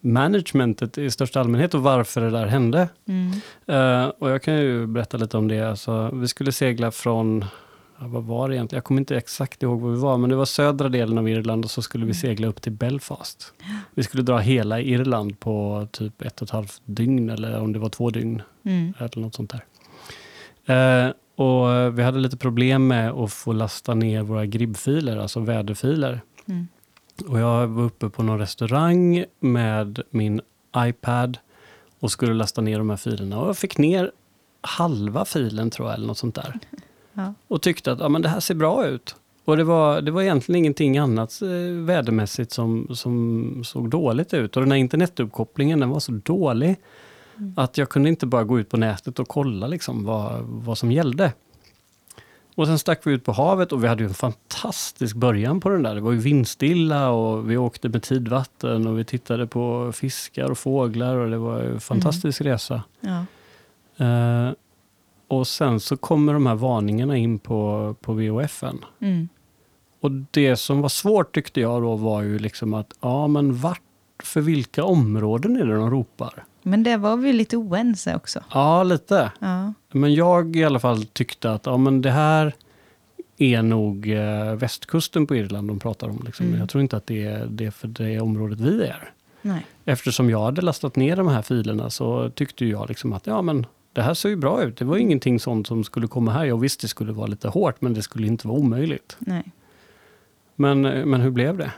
A: managementet i största allmänhet och varför det där hände.
B: Mm.
A: Eh, och jag kan ju berätta lite om det. Alltså, vi skulle segla från, ja, vad var det egentligen? Jag kommer inte exakt ihåg var vi var, men det var södra delen av Irland och så skulle vi segla upp till Belfast. Vi skulle dra hela Irland på typ ett och ett halvt dygn, eller om det var två dygn.
B: Mm.
A: eller något sånt där. Eh, och eh, vi hade lite problem med att få lasta ner våra gribbfiler, alltså väderfiler.
B: Mm.
A: Och jag var uppe på någon restaurang med min iPad och skulle lasta ner de här filerna. Och jag fick ner halva filen tror jag, eller något sånt där.
B: Ja.
A: Och tyckte att ja, men det här ser bra ut. Och det var, det var egentligen ingenting annat eh, vädermässigt som, som såg dåligt ut. Och den här internetuppkopplingen den var så dålig
B: Mm.
A: att jag kunde inte bara gå ut på nätet och kolla liksom vad, vad som gällde. Och sen stack vi ut på havet och vi hade ju en fantastisk början på den där. Det var ju vindstilla och vi åkte med tidvatten och vi tittade på fiskar och fåglar och det var
B: Mm.
A: ju en fantastisk resa.
B: Ja.
A: Eh, och sen så kommer de här varningarna in på, på VHFen.
B: Mm.
A: Och det som var svårt tyckte jag då var ju liksom att, ja men vart, för vilka områden är det de ropar?
B: Men det var vi lite oense också.
A: Ja, lite.
B: Ja.
A: Men jag i alla fall tyckte att ja, men det här är nog eh, västkusten på Irland de pratar om. Liksom.
B: Mm.
A: Jag tror inte att det är, det är för det området vi är.
B: Nej.
A: Eftersom jag hade lastat ner de här filerna så tyckte jag liksom att ja, men det här ser ju bra ut. Det var ingenting sånt som skulle komma här. Jag visste det skulle vara lite hårt, men det skulle inte vara omöjligt.
B: Nej.
A: Men, eh, men hur blev det?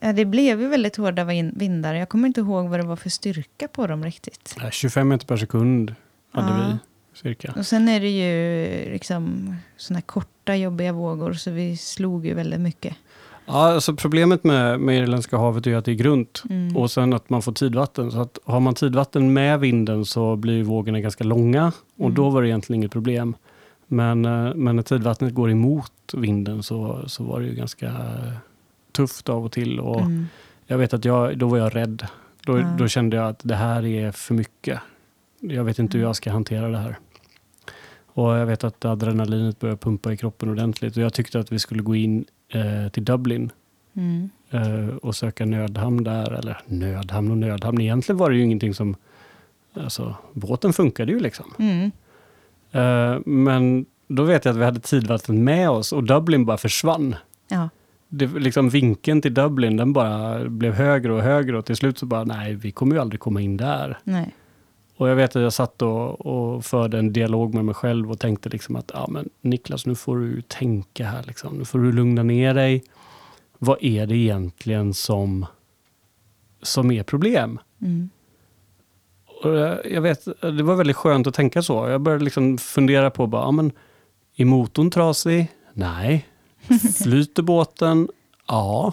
B: Ja, det blev ju väldigt hårda vin- vindar. Jag kommer inte ihåg vad det var för styrka på dem riktigt.
A: Eh, 25 meter per sekund hade
B: Ja.
A: vi cirka.
B: Och sen är det ju liksom såna här korta jobbiga vågor så vi slog ju väldigt mycket.
A: Ja, alltså problemet med, med Irländska havet är ju att det är grunt.
B: Mm.
A: Och sen att man får tidvatten. Så att har man tidvatten med vinden så blir ju vågorna ganska långa. Och
B: Mm.
A: då var det egentligen inget problem. Men, eh, men när tidvattnet går emot vinden så, så var det ju ganska eh, tufft av och till. Och
B: Mm.
A: Jag vet att jag, då var jag rädd. Då,
B: Ja.
A: då kände jag att det här är för mycket. Jag vet inte hur
B: Mm.
A: jag ska hantera det här. Och jag vet att adrenalinet började pumpa i kroppen ordentligt. Och jag tyckte att vi skulle gå in eh, till Dublin
B: Mm.
A: eh, och söka nödhamn där. Eller nödhamn och nödhamn, egentligen var det ju ingenting som... Alltså, båten funkade ju liksom.
B: Mm.
A: Eh, men då vet jag att vi hade tidvatten med oss och Dublin bara försvann.
B: Ja.
A: Det, liksom vinkeln till Dublin, den bara blev högre och högre och till slut så bara, nej, vi kommer ju aldrig komma in där.
B: Nej.
A: Och jag vet att jag satt och, och förde en dialog med mig själv och tänkte liksom att, ja men Niklas, nu får du tänka här liksom. Nu får du lugna ner dig. Vad är det egentligen som, som är problem?
B: Mm.
A: Och jag, jag vet, det var väldigt skönt att tänka så. Jag började liksom fundera på, bara, ja, men, är motorn trasig? Nej. Flyter båten? Ja.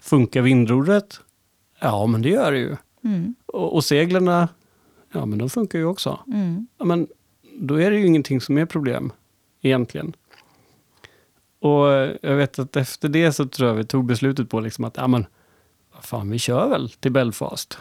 A: Funkar vindrodret? Ja, men det gör det ju.
B: Mm.
A: Och, och seglarna? Ja, men de funkar ju också.
B: Mm.
A: Ja, men då är det ju ingenting som är problem, egentligen. Och eh, jag vet att efter det så tror jag vi tog beslutet på liksom att, ja men, vad fan, vi kör väl till Belfast.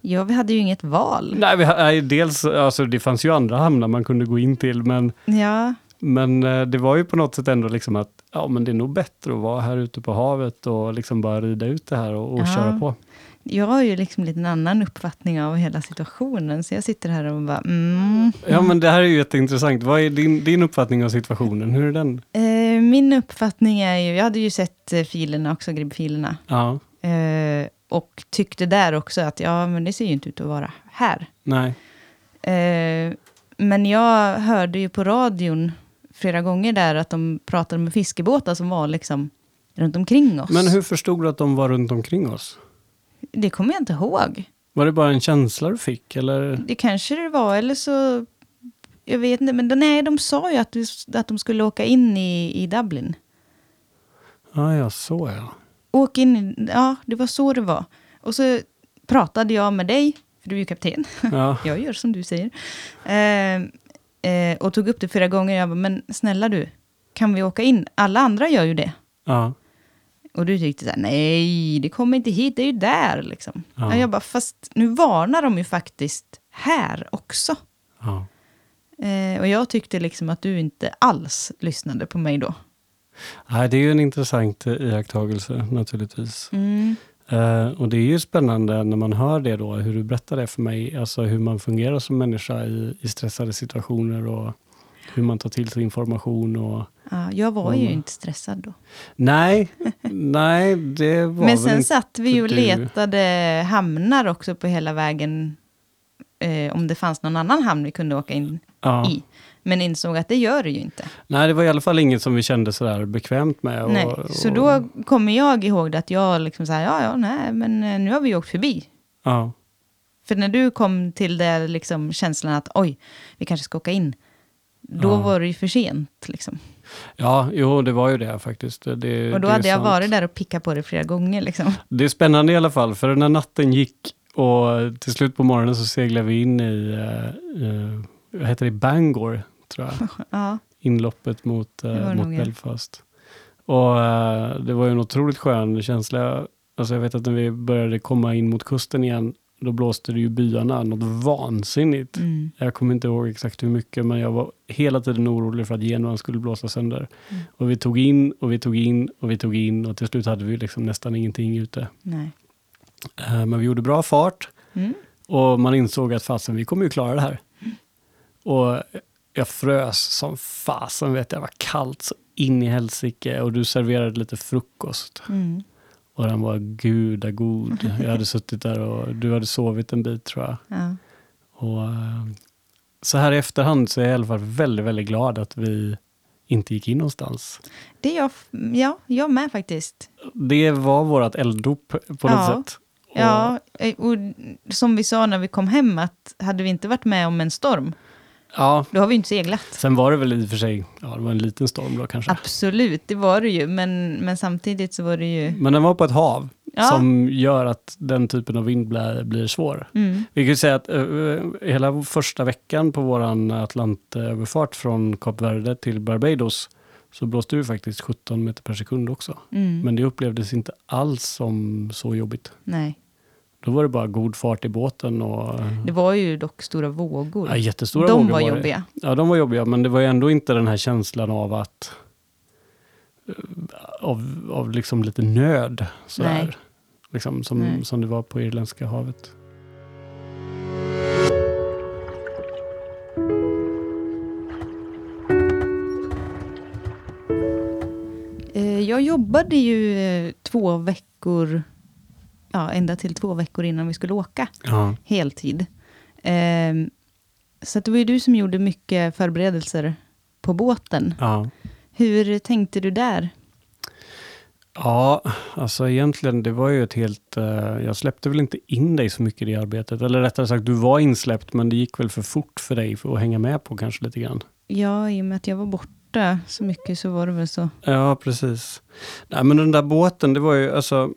B: Ja, vi hade ju inget val.
A: Nej, vi, nej, dels, alltså det fanns ju andra hamnar man kunde gå in till, men,
B: Ja.
A: men eh, det var ju på något sätt ändå liksom att ja, men det är nog bättre att vara här ute på havet och liksom bara rida ut det här och, och
B: Ja.
A: köra på.
B: Jag har ju liksom lite en annan uppfattning av hela situationen, så jag sitter här och bara mm.
A: Ja, men det här är ju jätteintressant. Vad är din, din uppfattning av situationen? Hur är den?
B: eh, Min uppfattning är ju, jag hade ju sett eh, filerna också, gribbfilerna.
A: Ja,
B: Eh, och tyckte där också att ja, men det ser ju inte ut att vara här.
A: nej.
B: Eh, men jag hörde ju på radion flera gånger där att de pratade med fiskebåtar som var liksom runt omkring oss.
A: Men hur förstod du att de var runt omkring oss?
B: Det kommer jag inte ihåg.
A: Var det bara en känsla du fick? Eller?
B: Det kanske det var, eller så... Jag vet inte, men de, nej, de sa ju att, vi- att de skulle åka in i, i Dublin.
A: Ja, ja, så ja.
B: Åk in i, Ja, det var så det var. Och så pratade jag med dig, för du är ju kapten.
A: ja.
B: jag gör som du säger. Eh, eh, och tog upp det flera gånger. Jag bara, men snälla du, kan vi åka in? Alla andra gör ju det.
A: ja.
B: Och du tyckte så här, nej, det kommer inte hit, det är ju där liksom.
A: Ja.
B: Och Jag bara, fast nu varnar de ju faktiskt här också.
A: ja.
B: Eh, och jag tyckte liksom att du inte alls lyssnade på mig då.
A: Nej, det är ju en intressant eh, iakttagelse naturligtvis. Eh, och det är ju spännande när man hör det då, hur du berättar det för mig, alltså hur man fungerar som människa i, i stressade situationer och hur man tar till sig information och...
B: Ja, jag var ju
A: Mm.
B: inte stressad då.
A: Nej, nej, det var
B: Men
A: väl
B: sen
A: inte...
B: satt vi ju och
A: du.
B: letade hamnar också på hela vägen. Eh, om det fanns någon annan hamn vi kunde åka in
A: Ja.
B: i. Men insåg att det gör det ju inte.
A: Nej, det var i alla fall inget som vi kände sådär bekvämt med. Och,
B: nej.
A: och,
B: Så då kommer jag ihåg det att jag liksom så här, ja, ja, nej, men eh, nu har vi ju åkt förbi.
A: Ja,
B: För när du kom till det, liksom, känslan att oj, vi kanske ska åka in. Då
A: Ja.
B: var det ju för sent. Liksom.
A: ja, jo, det var ju det faktiskt. Det, det
B: Och då
A: är
B: hade jag
A: sant.
B: varit där och pickat på det flera gånger. Liksom.
A: Det är spännande i alla fall, för när natten gick och till slut på morgonen så seglade vi in i, eh, eh, vad heter det, Bangor, tror jag.
B: Ja.
A: inloppet mot, eh,
B: Det var
A: mot
B: nog, ja.
A: Belfast. Och eh, det var ju en otroligt skön känsla. Alltså jag vet att när vi började komma in mot kusten igen, då blåste det ju byarna något vansinnigt.
B: Mm.
A: Jag kommer inte ihåg exakt hur mycket, men jag var hela tiden orolig för att genuan skulle blåsa sönder.
B: Mm.
A: Och vi tog in och vi tog in och vi tog in och till slut hade vi liksom nästan ingenting ute.
B: Nej.
A: Eh, Men vi gjorde bra fart
B: Mm.
A: och man insåg att fasen, vi kommer ju klara det här. Och jag frös som fasen, vet jag. Det var kallt så in i helsike och du serverade lite frukost.
B: Mm.
A: Och den var gudagod. Jag hade suttit där och du hade sovit en bit tror jag.
B: Ja.
A: Och, eh, så här i efterhand så är jag i alla fall väldigt, väldigt glad att vi inte gick in någonstans.
B: Det är jag, f- ja, jag med faktiskt.
A: Det var vårt elddop på något
B: Ja.
A: sätt. Och
B: Ja, eh, och som vi sa när vi kom hem, att hade vi inte varit med om en storm,
A: ja,
B: då har vi inte seglat.
A: sen var det väl i och för sig, ja det var en liten storm då kanske.
B: Absolut, det var det ju, men, men samtidigt så var det ju...
A: Men den var på ett hav
B: Ja.
A: som gör att den typen av vind blir, blir svår.
B: Mm,
A: Vi kan ju säga att eh, hela första veckan på våran Atlantöverfart från Kap Verde till Barbados så blåste det ju faktiskt 17 meter per sekund också.
B: mm,
A: Men det upplevdes inte alls som så jobbigt.
B: nej.
A: Då var det bara god fart i båten och
B: Det var ju dock stora vågor.
A: ja, jättestora
B: Mm. De
A: vågor
B: var
A: det.
B: jobbiga.
A: Ja, de var jobbiga, men det var ju ändå inte den här känslan av att eh, av, av liksom lite nöd
B: Nej.
A: sådär. Liksom, som,
B: Nej.
A: som det var på Irländska havet.
B: Eh, Jag jobbade ju eh, två veckor, ja, ända till två veckor innan vi skulle åka,
A: Ja.
B: heltid. Eh, Så att det var ju du som gjorde mycket förberedelser på båten.
A: Ja.
B: Hur tänkte du där?
A: Ja, alltså egentligen, det var ju ett helt... eh, jag släppte väl inte in dig så mycket i det arbetet. Eller rättare sagt, du var insläppt, men det gick väl för fort för dig för att hänga med på kanske lite grann.
B: Ja, i och med att jag var borta så mycket så var det väl så.
A: Ja, precis. Nej, men den där båten, det var ju alltså...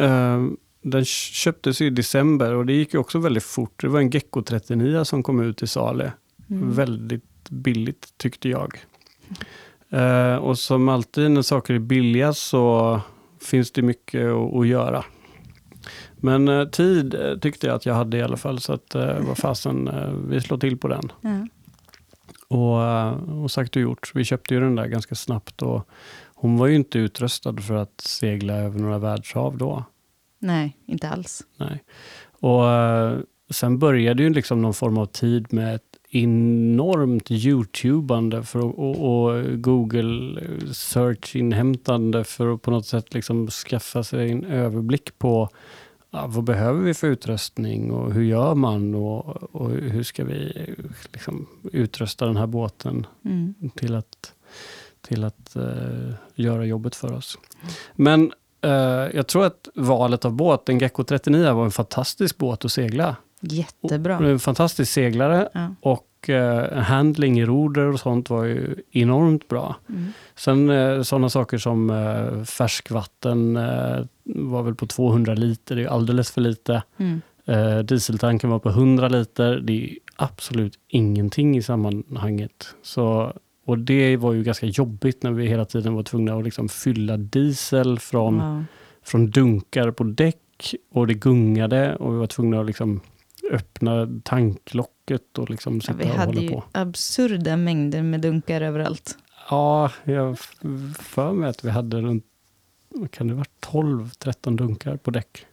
A: eh, den köptes ju i december och det gick ju också väldigt fort. Det var en Gecko 39 som kom ut i Sale.
B: Mm.
A: Väldigt billigt tyckte jag. Eh, och som alltid när saker är billiga så finns det mycket att, att göra. Men eh, tid eh, tyckte jag att jag hade i alla fall, så att eh, vad fasen, eh, vi slår till på den.
B: Ja.
A: Och, eh, och sagt och gjort, vi köpte ju den där ganska snabbt och hon var ju inte utrustad för att segla över några världshav då.
B: Nej, inte alls.
A: Nej. Och eh, sen började ju liksom någon form av tid med ett enormt YouTubande för att, och, och Google search-inhämtande för att på något sätt liksom skaffa sig en överblick på ja, vad behöver vi för utrustning och hur gör man och, och hur ska vi eh, liksom utrusta den här båten
B: Mm.
A: till att, till att eh, göra jobbet för oss. Men eh, jag tror att valet av båt, en Gecko 39, var en fantastisk båt att segla. Och
B: Jättebra.
A: En fantastisk seglare
B: Ja.
A: och eh, handling i roder och sånt var ju enormt bra.
B: Mm.
A: Sen eh, sådana saker som eh, färskvatten eh, var väl på 200 liter, det är ju alldeles för lite.
B: Mm.
A: Eh, dieseltanken var på 100 liter. Det är absolut ingenting i sammanhanget. Så, och det var ju ganska jobbigt när vi hela tiden var tvungna att liksom fylla diesel från,
B: Ja.
A: från dunkar på däck och det gungade och vi var tvungna att liksom öppna tanklocket och liksom
B: Ja,
A: sitta
B: vi
A: och
B: hade
A: hålla
B: ju
A: på.
B: absurda mängder med dunkar överallt.
A: Ja, jag f- för mig att vi hade runt vad kan det vara 12-13 dunkar på däck.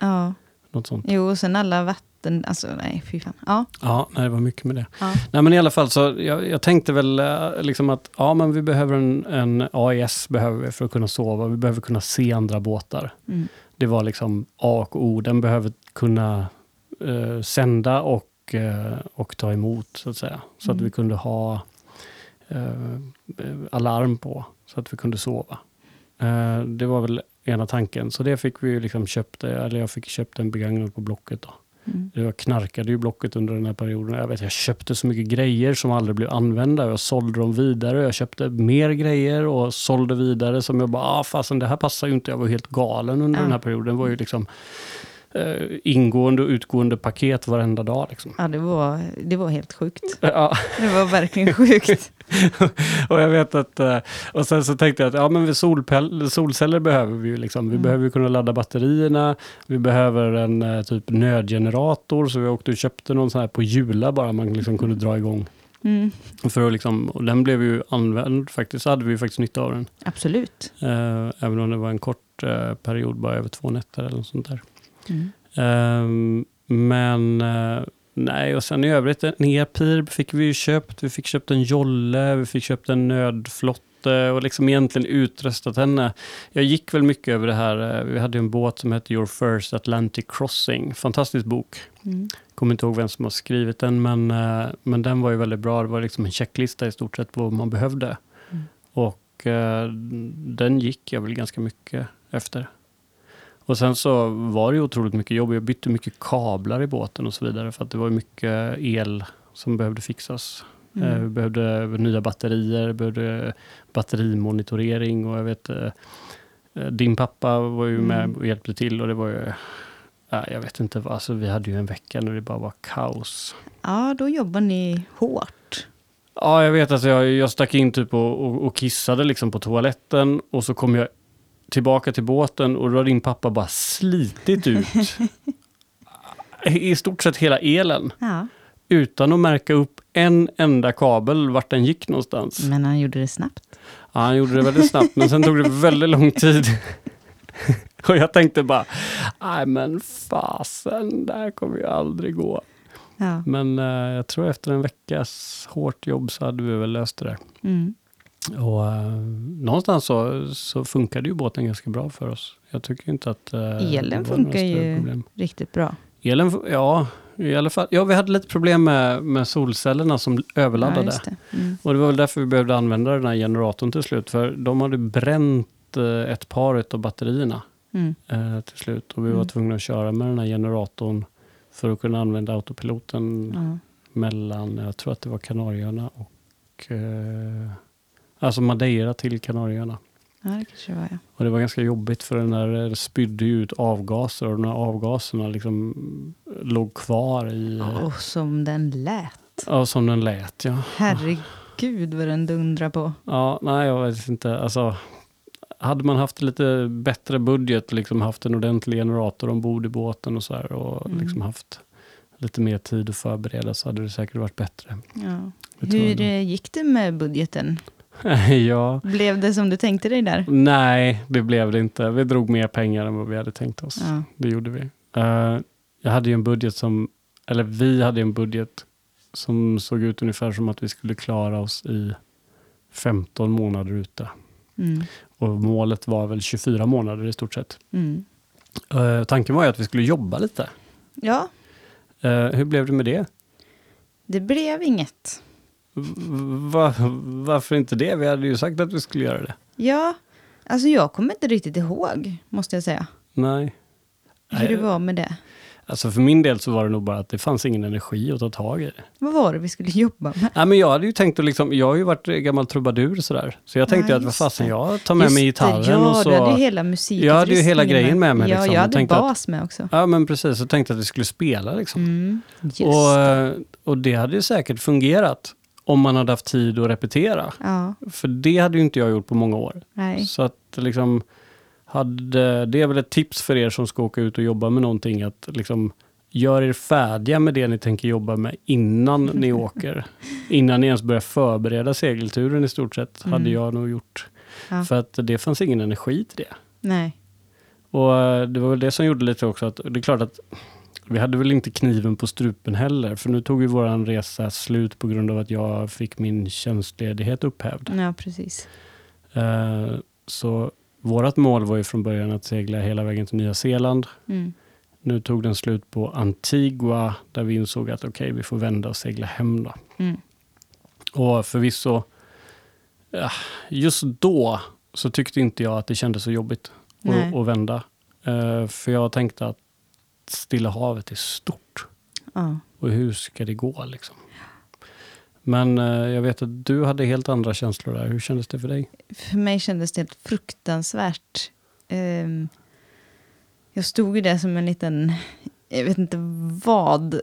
B: Ja,
A: Något sånt.
B: jo, och sen alla vatten... Alltså, nej, fy fan. Ja,
A: Ja, nej, det var mycket med det.
B: ja.
A: Nej men i alla fall så, jag, jag tänkte väl eh, liksom att ja men vi behöver en, en AIS behöver vi för att kunna sova, vi behöver kunna se andra båtar.
B: Mm.
A: Det var liksom A och O, den behöver kunna eh, sända och, eh, och ta emot så att säga. Så att
B: Mm.
A: vi kunde ha eh, alarm på, så att vi kunde sova. Eh, det var väl ena tanken, så det fick vi ju liksom köpte, eller jag fick köpt en begagnad på Blocket då.
B: Mm.
A: Jag knarkade ju Blocket under den här perioden. Jag, vet, jag köpte så mycket grejer som aldrig blev använda. Jag sålde dem vidare. Jag köpte mer grejer och sålde vidare som jag bara, ah, fasen det här passar ju inte. Jag var helt galen under
B: Ja.
A: den här perioden. Det var ju liksom eh, ingående och utgående paket varenda dag. Liksom. Eh,
B: ja det, var, det var helt sjukt.
A: Ja,
B: Det var verkligen sjukt.
A: och jag vet att, eh, och sen så tänkte jag att ja, men vi solpel- solceller behöver vi ju. Liksom. Vi
B: Mm.
A: behöver ju kunna ladda batterierna, vi behöver en eh, typ nödgenerator, så vi åkte och köpte någon sån här på Jula bara man liksom kunde dra igång.
B: Mm.
A: För att liksom, och den blev ju använd faktiskt, så hade vi ju faktiskt nytta av den.
B: Absolut.
A: Eh, även om det var en kort eh, period, bara över två nätter eller något sånt där.
B: Mm.
A: Ehm, men eh, nej, och E sen i övrigt en EPIR fick vi ju köpt. Vi fick köpt en jolle, vi fick köpt en nödflott ute och liksom egentligen utröstat henne. Jag gick väl mycket över det här, eh, vi hade ju en båt som hette Your First Atlantic Crossing, fantastisk bok.
B: Mm.
A: Kommer inte ihåg vem som har skrivit den, men, eh, men den var ju väldigt bra. Det var liksom en checklista i stort sett på vad man behövde.
B: Mm.
A: Och eh, den gick jag väl ganska mycket efter. Och sen så var det ju otroligt mycket jobb. Jag bytte mycket kablar i båten och så vidare, för att det var ju mycket el som behövde fixas. Eh, Vi
B: Mm.
A: behövde nya batterier, vi behövde batterimonitorering och jag vet, eh, eh, din pappa var ju med
B: Mm.
A: och hjälpte till och det var ju, ja, jag vet inte, vad, alltså vi hade ju en vecka när det bara var kaos.
B: Ja, då jobbar ni hårt.
A: Ja, jag vet, alltså jag, jag stack in typ och, och, och kissade liksom på toaletten och så kom jag tillbaka till båten och då hade din pappa bara slitit ut i stort sett hela elen
B: Ja.
A: utan att märka upp en enda kabel vart den gick någonstans.
B: Men han gjorde det snabbt.
A: Ja, han gjorde det väldigt snabbt, men sen tog det väldigt lång tid. Och jag tänkte bara, nej men fasen, det här kommer ju aldrig gå.
B: Ja.
A: Men eh, jag tror efter en veckas hårt jobb så hade vi väl löst det där.
B: Mm.
A: Och eh, någonstans så, så funkade ju båten ganska bra för oss. Jag tycker inte att... eh,
B: Elen
A: det var några
B: funkar
A: större
B: ju.
A: problem.
B: Riktigt bra.
A: Elen, fu- ja, i alla fall. Ja, vi hade lite problem med, med solcellerna som
B: Ja,
A: överladdade.
B: just det. Mm.
A: Och det var väl därför vi behövde använda den här generatorn till slut, för de hade bränt eh, ett par av batterierna
B: Mm.
A: eh, till slut och vi var
B: Mm.
A: tvungna att köra med den här generatorn för att kunna använda autopiloten
B: Ja.
A: mellan, jag tror att det var Kanarieöarna och eh, alltså Madeira till Kanarieöarna.
B: ja, det kanske det var ja.
A: Och det var ganska jobbigt för den där eh, spydde ju ut avgaser och de här avgaserna liksom eh, låg kvar i, eh,
B: Och som den lät.
A: ja, som den lät ja.
B: Herregud vad den dundrar på.
A: Ja, nej jag vet inte. Alltså, hade man haft lite bättre budget, liksom haft en ordentlig generator ombord i båten och så här och
B: Mm.
A: liksom haft lite mer tid att förbereda så hade det säkert varit bättre.
B: Ja.
A: Det tror
B: Hur
A: jag
B: eh, gick det med budgeten?
A: nog. ja,
B: Blev det som du tänkte dig där?
A: nej det blev det inte. Vi drog mer pengar än vad vi hade tänkt oss.
B: Ja.
A: Det gjorde vi. Eh, jag hade ju en budget som, eller vi hade en budget som såg ut ungefär som att vi skulle klara oss i 15 månader ute.
B: Mm.
A: Och målet var väl 24 månader i stort sett.
B: Mm.
A: Eh, tanken var ju att vi skulle jobba lite.
B: ja,
A: Eh, hur blev det med det?
B: det blev inget.
A: V- va- varför inte det? Vi hade ju sagt att vi skulle göra det.
B: Ja, alltså jag kommer inte riktigt ihåg, måste jag säga,
A: Nej.
B: hur det
A: Nej,
B: var med det.
A: Alltså för min del så var det nog bara att det fanns ingen energi att ta tag i det.
B: Vad var det vi skulle jobba med?
A: Nej, men jag hade ju tänkt att liksom, jag har ju varit eh, gammal trubadur sådär. Så jag tänkte
B: Ja,
A: att vad
B: just
A: fasen,
B: det.
A: jag tar med
B: Just
A: mig
B: det,
A: gitarren
B: ja,
A: och så...
B: du hade ju hela musik.
A: Jag hade ju hela grejen med mig,
B: Ja,
A: liksom.
B: jag
A: Jag
B: hade
A: tänkte att- Alltså.
B: bas med också.
A: Ja men precis, så tänkte jag att vi skulle spela liksom.
B: Mm, just.
A: och, eh, och det hade ju säkert fungerat om man hade haft tid att repetera.
B: ja,
A: För det hade ju inte jag gjort på många år.
B: nej.
A: Så att liksom, hade, det är väl ett tips för er som ska åka ut och jobba med någonting, att liksom, gör er färdiga med det ni tänker jobba med innan ni åker. Innan ni ens börjar förbereda segelturen i stort sett, hade
B: Mm.
A: jag nog gjort.
B: Ja,
A: För att det fanns ingen energi till det.
B: nej.
A: Och eh, det var väl det som gjorde lite också att, det är klart att vi hade väl inte kniven på strupen heller, för nu tog ju vår resa slut på grund av att jag fick min tjänstledighet upphävd.
B: Ja, precis.
A: Eh, Så vårt mål var ju från början att segla hela vägen till Nya Zeeland.
B: Mm.
A: Nu tog den slut på Antigua där vi insåg att okej, vi får vända och segla hem då.
B: Mm.
A: Och förvisso, ja, just då så tyckte inte jag att det kändes så jobbigt
B: Nej.
A: att, att vända. Eh, För jag tänkte att Stilla havet är stort
B: Ja.
A: och hur ska det gå liksom? Men eh, jag vet att du hade helt andra känslor där. Hur kändes det för dig?
B: För mig kändes det helt fruktansvärt. Ehm, jag stod ju där som en liten, jag vet inte vad.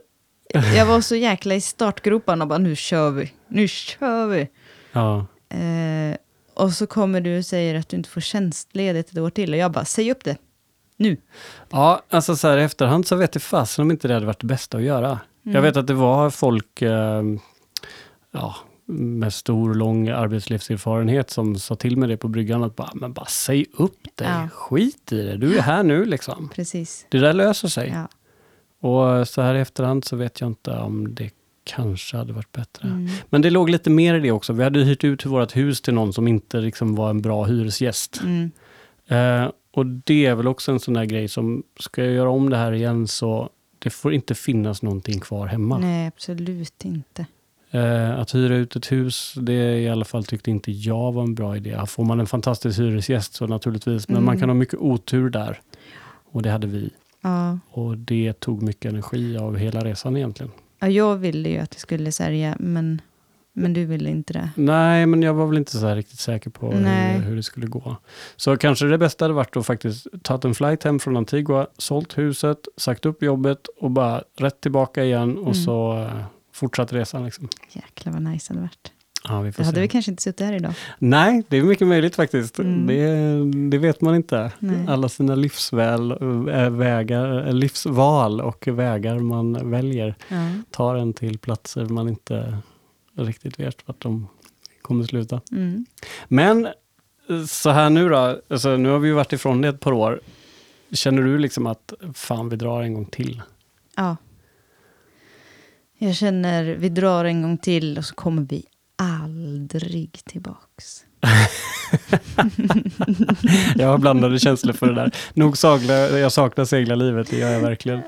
B: Jag var så jäkla i startgroparna och bara nu kör vi, nu kör vi.
A: Ja,
B: Eh, och så kommer du och säger att du inte får tjänstledigt ett år till. Och jag bara, säg upp det. Nu.
A: Ja, alltså så här i efterhand så vet jag fasen om inte det hade varit det bästa att göra.
B: Mm.
A: Jag vet att det var folk eh, ja, med stor, lång arbetslivserfarenhet som sa till mig det på bryggan att bara, men bara säg upp dig,
B: Ja.
A: skit i det, du är här nu liksom.
B: Mm, Precis.
A: Det där löser sig.
B: Ja.
A: Och så här i efterhand så vet jag inte om det kanske hade varit bättre.
B: Mm.
A: Men det låg lite mer i det också. Vi hade hyrt ut vårt hus till någon som inte liksom var en bra hyresgäst.
B: Mm.
A: Eh, och det är väl också en sån där grej som, ska jag göra om det här igen så det får inte finnas någonting kvar hemma.
B: Nej, absolut inte.
A: Eh, att hyra ut ett hus, det i alla fall tyckte inte jag var en bra idé. Får man en fantastisk hyresgäst så naturligtvis, men
B: Mm.
A: man kan ha mycket otur där. Och det hade vi.
B: Ja.
A: Och det tog mycket energi av hela resan egentligen.
B: Ja, jag ville ju att vi skulle sälja, men, men du ville inte det.
A: Nej, men jag var väl inte så här riktigt säker på
B: Nej.
A: hur, hur det skulle gå. Så kanske det bästa hade varit att faktiskt tagit en flight hem från Antigua, sålt huset, sagt upp jobbet och bara rätt tillbaka igen och
B: Mm.
A: så eh, fortsatt resan. Liksom.
B: Jäklar vad nice det hade varit.
A: Ja, vi
B: Då
A: får
B: hade
A: se.
B: vi kanske inte suttit här idag.
A: Nej, det är mycket möjligt faktiskt.
B: Mm.
A: Det, det vet man inte.
B: Nej.
A: Alla sina livsväl, eh, vägar, livsval och vägar man väljer
B: Ja.
A: tar en till platser man inte riktigt vet vart de kommer sluta.
B: Mm.
A: Men eh, så här nu då, alltså, nu har vi ju varit ifrån det ett par år. Känner du liksom att fan vi drar en gång till?
B: ja. Jag känner, vi drar en gång till och så kommer vi aldrig tillbaks.
A: Jag har blandade känslor för det där. Nog sagla, jag saknar seglarlivet, det gör jag verkligen.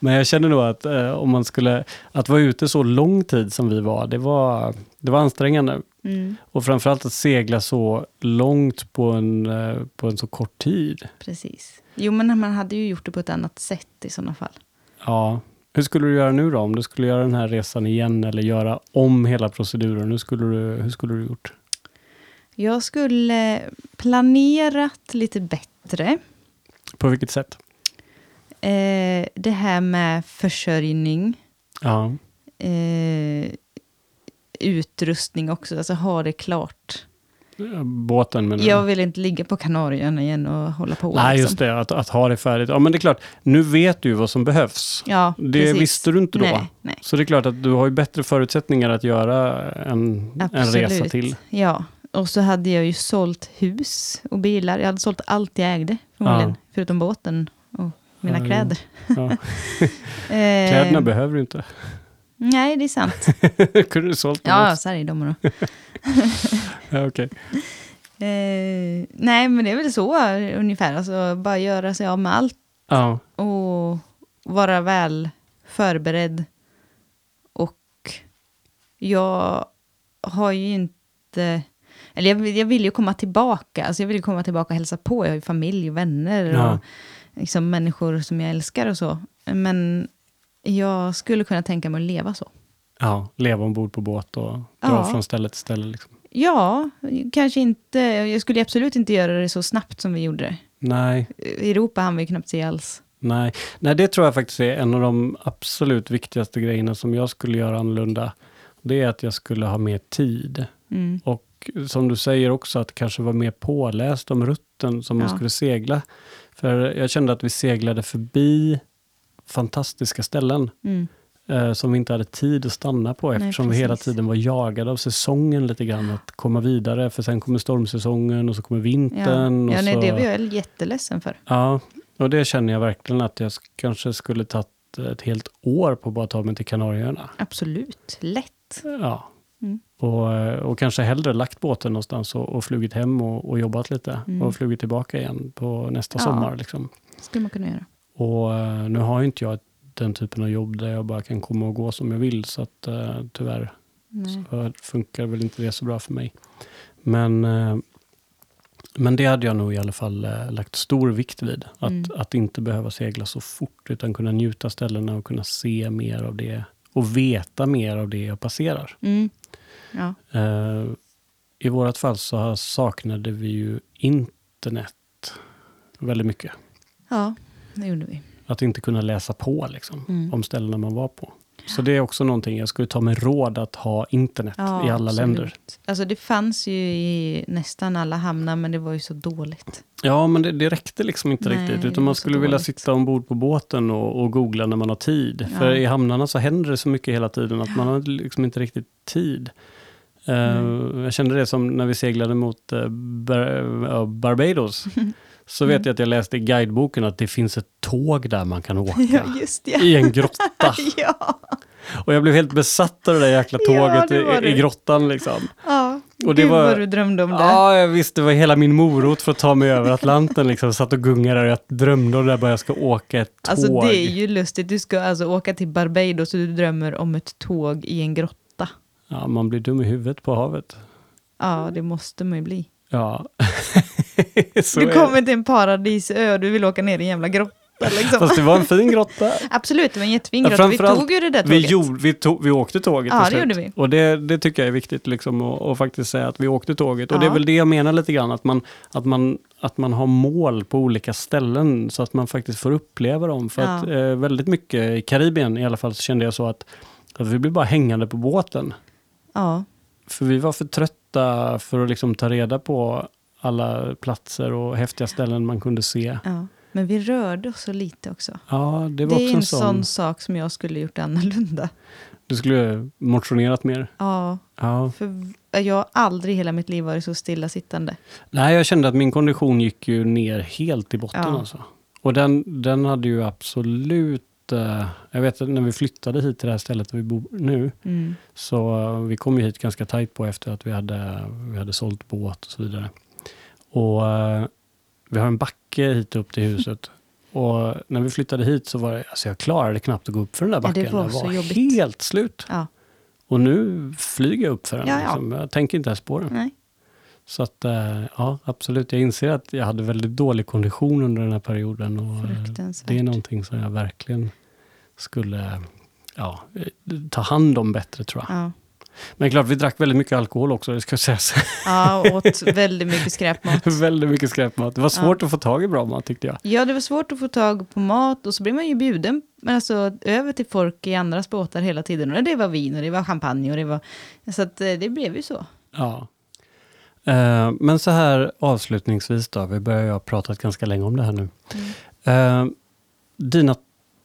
A: Men jag känner nog att eh, om man skulle, att vara ute så lång tid som vi var, det var, det var ansträngande.
B: Mm,
A: Och framförallt att segla så långt på en, eh, på en så kort tid.
B: precis. Jo, men man hade ju gjort det på ett annat sätt i sådana fall.
A: Ja. Hur skulle du göra nu då, om du skulle göra den här resan igen eller göra om hela proceduren? Hur skulle du, hur skulle du gjort?
B: Jag skulle planerat lite bättre.
A: På vilket sätt?
B: Eh, det här med försörjning.
A: Ja.
B: eh, utrustning också, alltså ha det klart.
A: Båten menar
B: Jag
A: du?
B: vill inte ligga på Kanarieöarna igen och hålla på.
A: Nej,
B: liksom.
A: just det. Att, att ha det färdigt. Ja, men det är klart. Nu vet du vad som behövs.
B: Ja,
A: Det visste du inte då.
B: Nej, nej.
A: Så det är klart att du har ju bättre förutsättningar att göra en, en
B: Absolut.
A: resa till.
B: Ja, och så hade jag ju sålt hus och bilar. Jag hade sålt allt jag ägde, förmodligen.
A: Ja.
B: Förutom båten och mina
A: Ja, jo.
B: kläder.
A: Ja.
B: Eh,
A: Kläderna behöver du inte.
B: Nej, det är sant.
A: Kunde du sålt dem
B: Ja,
A: också?
B: så här är de då.
A: ja, okej.
B: Eh, nej, men det är väl så eh, ungefär. Alltså, bara göra sig av med allt.
A: ja.
B: och vara väl förberedd. Och jag har ju inte... Eller jag, vill- jag vill ju komma tillbaka. Alltså jag vill ju komma tillbaka och hälsa på. Jag har ju familj och vänner och
A: Ja.
B: liksom människor som jag älskar och så. Men jag skulle kunna tänka mig att leva så.
A: ja, leva ombord på båt och dra
B: Ja.
A: från ställe till ställe. Liksom.
B: Ja, kanske inte. Jag skulle absolut inte göra det så snabbt som vi gjorde det.
A: Nej,
B: I Europa hann vi ju knappt se alls.
A: nej. nej, det tror jag faktiskt är en av de absolut viktigaste grejerna som jag skulle göra annorlunda. Det är att jag skulle ha mer tid.
B: Mm.
A: Och som du säger också, att kanske vara mer påläst om rutten som man
B: Ja.
A: skulle segla. För jag kände att vi seglade förbi fantastiska ställen
B: Mm.
A: eh, som vi inte hade tid att stanna på
B: Nej,
A: eftersom vi hela
B: precis.
A: tiden var jagade av säsongen lite grann, att komma vidare, för sen kommer stormsäsongen och så kommer
B: Ja,
A: vintern.
B: ja
A: och
B: nej,
A: så...
B: det var jag jätteledsen för.
A: Ja, och det känner jag verkligen att jag sk- kanske skulle tagit eh, ett helt år på att bara ta mig till Kanarieöarna.
B: Absolut, lätt.
A: Ja.
B: Mm.
A: Och, eh, och kanske hellre lagt båten någonstans och, och flugit hem och, och jobbat lite
B: Mm.
A: och flugit tillbaka igen på nästa
B: Ja.
A: sommar. Liksom.
B: skulle man kunna göra.
A: Och eh, nu har ju inte jag den typen av jobb där jag bara kan komma och gå som jag vill, så att eh, tyvärr
B: Nej.
A: så funkar väl inte det så bra för mig. Men, eh, men det hade jag nog i alla fall eh, lagt stor vikt vid. Att,
B: Mm.
A: att inte behöva segla så fort, utan kunna njuta ställena och kunna se mer av det och veta mer av det jag passerar.
B: Mm. Ja.
A: Eh, I vårt fall så har- saknade vi ju internet väldigt mycket.
B: ja, det gjorde vi.
A: Att inte kunna läsa på liksom,
B: Mm.
A: om ställena man var på. Så det är också någonting, jag skulle ta mig råd att ha internet i alla
B: absolut.
A: länder.
B: Alltså det fanns ju i nästan alla hamnar, men det var ju så dåligt.
A: Ja, men det, det räckte liksom inte
B: Nej,
A: riktigt,
B: det
A: utan
B: var
A: man
B: så
A: skulle vilja
B: dåligt.
A: sitta ombord på båten och, och googla när man har tid.
B: Ja.
A: För i hamnarna så händer det så mycket hela tiden att man har liksom inte riktigt tid. Eh, jag kände det som när vi seglade mot eh, Bar- eh, Barbados. Så vet jag att jag läste i guideboken att det finns ett tåg där man kan åka.
B: just ja.
A: I en grotta.
B: ja.
A: Och jag blev helt besatt av det där jäkla
B: Ja,
A: tåget
B: det var
A: i, i
B: du.
A: grottan liksom.
B: Ja,
A: Och det
B: gud
A: var-
B: vad du drömde om det.
A: Ja, jag visste, det var hela min morot för att ta mig över Atlanten liksom. Jag satt och gungade där och jag drömde om det där bara jag ska åka ett tåg.
B: Alltså det är ju lustigt, du ska alltså åka till Barbados och du drömmer om ett tåg i en grotta.
A: Ja, man blir dum i huvudet på havet.
B: Ja, det måste man ju bli.
A: Ja. Så är
B: du
A: det.
B: kommer liksom- till en paradisö och du vill åka ner i en jävla grotta liksom.
A: Fast det var en fin grotta.
B: Absolut, det var en jättefin
A: Ja,
B: grotta. Vi
A: framförallt,
B: tog ju det där
A: Vi,
B: tåget.
A: gjorde, vi, tog, vi åkte tåget
B: Ja,
A: till
B: det
A: slut.
B: gjorde vi.
A: Och det, det tycker jag är viktigt, liksom, att att faktiskt säga att vi åkte tåget. Och det är
B: Ja.
A: väl det jag menar lite grann, att man, att, man, att man har mål på olika ställen så att man faktiskt får uppleva dem. För
B: Ja.
A: att eh, väldigt mycket i Karibien i alla fall så kände jag så att, att vi blev bara hängande på båten.
B: Ja,
A: För vi var för trötta för att liksom ta reda på alla platser och häftiga ställen man kunde se.
B: ja. Men vi rörde oss så lite också.
A: Ja, det
B: Det,
A: var
B: är
A: också
B: en
A: en sån...
B: sån sak som jag skulle gjort annorlunda.
A: Du skulle motionerat mer.
B: Ja,
A: Ja.
B: för jag har aldrig i hela mitt liv varit så stillasittande.
A: Nej, jag kände att min kondition gick ju ner helt i botten.
B: Ja.
A: Alltså. Och den, den hade ju absolut... eh, jag vet att när vi flyttade hit till det här stället där vi bor nu,
B: Mm.
A: så eh, vi kom ju hit ganska tajt på efter att vi hade, vi hade sålt båt och så vidare. Och eh, vi har en backe hit upp till huset. Och när vi flyttade hit så var det, alltså jag klarade knappt att gå upp för den där
B: Ja, det
A: backen.
B: var
A: jag
B: så
A: var
B: jobbigt.
A: helt slut.
B: Ja,
A: Och nu flyger jag upp för den.
B: Ja, ja.
A: Liksom. Jag tänker inte ens på den.
B: nej.
A: Så att, eh, ja, absolut. Jag inser att jag hade väldigt dålig kondition under den här perioden. Och eh,
B: Fruktansvärt.
A: det är någonting som jag verkligen skulle ja, eh, ta hand om bättre, tror jag.
B: Ja.
A: Men klart, vi drack väldigt mycket alkohol också, det ska sägas.
B: ja, och åt väldigt mycket skräpmat.
A: väldigt mycket skräpmat. Det var
B: Ja.
A: svårt att få tag i bra mat, tyckte jag.
B: Ja, det var svårt att få tag på mat och så blev man ju bjuden men alltså, över till folk i andras båtar hela tiden. Och det var vin och det var champagne och det var... Så att, eh, det blev ju så.
A: Ja. Eh, Men så här avslutningsvis då, vi börjar ju ha pratat ganska länge om det här nu.
B: Mm.
A: Eh, dina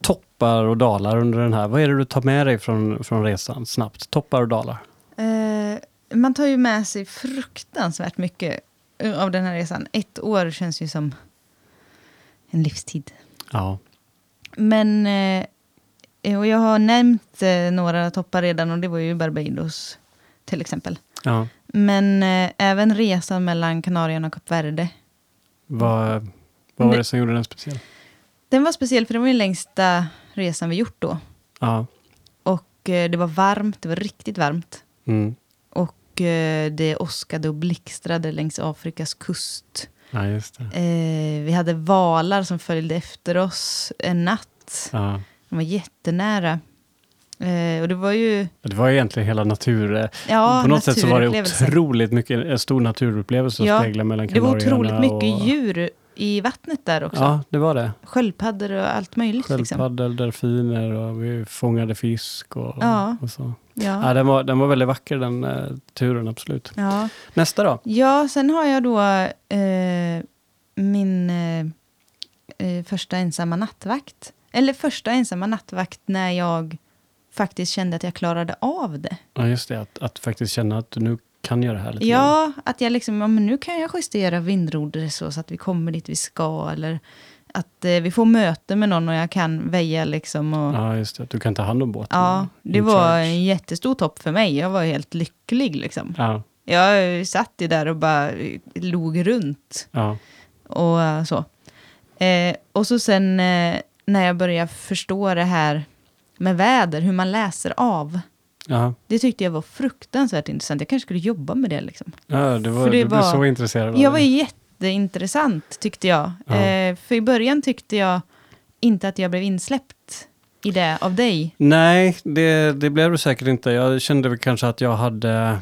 A: toppar och dalar under den här, vad är det du tar med dig från, från resan snabbt? Toppar och dalar?
B: Eh, man tar ju med sig fruktansvärt mycket eh, av den här resan. Ett år känns ju som en livstid.
A: Ja.
B: Men, eh, och jag har nämnt eh, några toppar redan och det var ju Barbados till exempel.
A: ja.
B: Men eh, även resan mellan Kanarien och Kap Verde.
A: Vad, vad var
B: Det-
A: det som gjorde den speciell?
B: Den var speciell för det var den längsta resan vi gjort då.
A: Ja.
B: Och eh, det var varmt, det var riktigt varmt.
A: Mm.
B: Och eh, det åskade och blixtrade längs Afrikas kust.
A: Ja, just det.
B: Eh, vi hade valar som följde efter oss en natt.
A: Ja.
B: De var jättenära. Eh, och det var ju...
A: Det var ju egentligen hela natur... eh,
B: Ja,
A: på något sätt så var det
B: naturupplevelser.
A: otroligt mycket, en stor naturupplevelse
B: Ja,
A: att spegla mellan
B: Det var
A: Kanarieöarna.
B: otroligt mycket
A: och,
B: djur i vattnet där också.
A: Ja, det var det.
B: Sköldpaddor och allt möjligt. Liksom.
A: Sköldpaddor, delfiner och vi fångade fisk och,
B: Ja.
A: och så. Ja,
B: Ja.
A: den, var, den var väldigt vacker den eh, turen, absolut.
B: Ja.
A: Nästa då?
B: ja, sen har jag då eh, min eh, eh, första ensamma nattvakt. Eller första ensamma nattvakt när jag faktiskt kände att jag klarade av det.
A: Ja, just det, att, att faktiskt känna att nu kan jag det här lite grann.
B: Ja, att jag liksom, ja, men nu kan jag justera vindroder så, så att vi kommer dit vi ska. Eller att eh, vi får möte med någon och jag kan väja liksom. Och, ja,
A: Ja, just det, att du kan ta hand om båten.
B: det
A: In
B: var
A: charge.
B: en jättestor topp för mig. Jag var helt lycklig liksom.
A: Ja,
B: Jag eh, satt ju där och bara eh, log runt
A: ja,
B: och eh, så. Eh, och så sen eh, när jag började förstå det här med väder, hur man läser av.
A: ja.
B: Det tyckte jag var fruktansvärt intressant. Jag kanske skulle jobba med det liksom.
A: Ja, det var,
B: För det
A: du blev
B: var-
A: så intresserad av
B: Jag var
A: det.
B: ju jätteintressant tyckte jag.
A: Ja.
B: Eh, för i början tyckte jag inte att jag blev insläppt i det av dig.
A: Nej, det, det blev du säkert inte. Jag kände väl kanske att jag hade...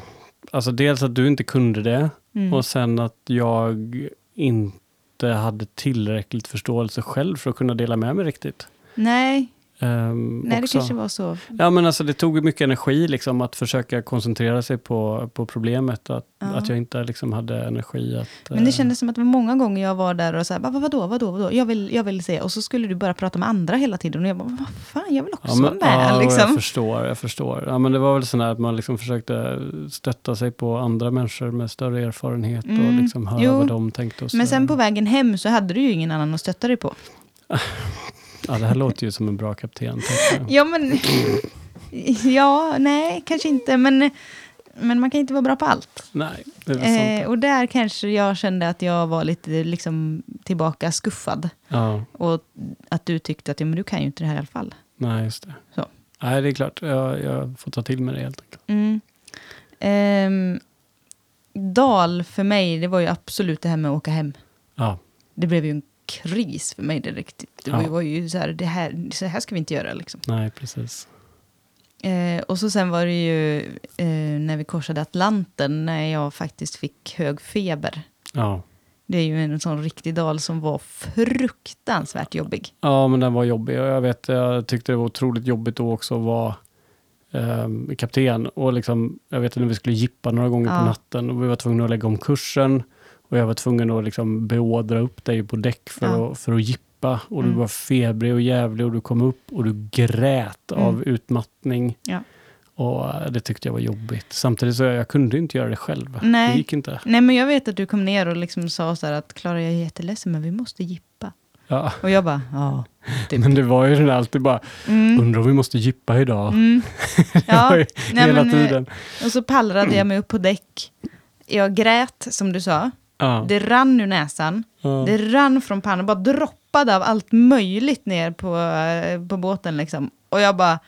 A: Alltså dels att du inte kunde det
B: Mm.
A: och sen att jag inte hade tillräckligt förståelse själv för att kunna dela med mig riktigt.
B: Nej,
A: Ehm,
B: nej det
A: också.
B: kanske var så.
A: Ja, men alltså det tog ju mycket energi liksom att försöka koncentrera sig på, på problemet, att,
B: Ja.
A: att jag inte liksom hade energi att...
B: Men
A: eh,
B: det kändes som att det var många gånger jag var där och sa vad, vadå, vadå, vadå, jag vill, jag vill se. Och så skulle du bara prata med andra hela tiden. Och jag bara, vad fan, jag vill också
A: Ja, men,
B: med.
A: ja, och jag
B: liksom.
A: förstår, jag förstår. Ja, men det var väl sån här att man liksom försökte stötta sig på andra människor med större erfarenhet och
B: Mm,
A: liksom höra
B: jo.
A: vad de tänkte. Och så
B: Men
A: där.
B: sen på vägen hem så hade du ju ingen annan att stötta dig på.
A: Ja, det här låter ju som en bra kapten. tänkte jag.
B: Ja, men Ja, nej, kanske inte. Men, men man kan inte vara bra på allt.
A: Nej, det är väl sant.
B: Eh, och där kanske jag kände att jag var lite liksom, tillbaka skuffad.
A: Ja,
B: Och att du tyckte att ja, men du kan ju inte det här i alla fall.
A: nej, just det.
B: Så.
A: Nej, det är klart. Jag, jag får ta till mig det helt enkelt.
B: Mm. Ehm, dal för mig, det var ju absolut det här med att åka hem.
A: Ja,
B: Det blev ju en kris för mig direkt. Det var ju,
A: Ja.
B: var ju så här, det här, så här ska vi inte göra liksom.
A: nej, precis.
B: Eh, och så sen var det ju eh, när vi korsade Atlanten, när jag faktiskt fick hög feber.
A: Ja.
B: Det är ju en sån riktig dal som var fruktansvärt jobbig.
A: ja, men den var jobbig. Och jag vet, jag tyckte det var otroligt jobbigt då också att vara ehm, kapten. Och liksom, jag vet när vi skulle jippa några gånger
B: Ja.
A: på natten och vi var tvungna att lägga om kursen. Och jag var tvungen att liksom beordra upp dig på däck för,
B: Ja.
A: att, för att jippa. Och du
B: Mm.
A: var febrig och jävlig och du kom upp och du grät
B: Mm.
A: av utmattning.
B: Ja.
A: Och eh, det tyckte jag var jobbigt. Samtidigt så jag, jag kunde inte göra det själv.
B: Nej.
A: Det gick inte.
B: Nej men jag vet att du kom ner och liksom sa så här att Klara jag är jätteledsen men vi måste jippa.
A: Ja.
B: Och jag bara, ja. Typ.
A: Men det var ju den där alltid bara,
B: Mm.
A: undrar om vi måste jippa idag?
B: Mm.
A: Det var ju
B: nej,
A: hela
B: men, eh,
A: tiden.
B: Och så pallrade jag mig upp på däck. Jag grät, som du sa.
A: Ja.
B: Det rann ur näsan.
A: Ja.
B: Det rann från pannan, bara droppade av allt möjligt ner på, eh, på båten liksom. Och jag bara,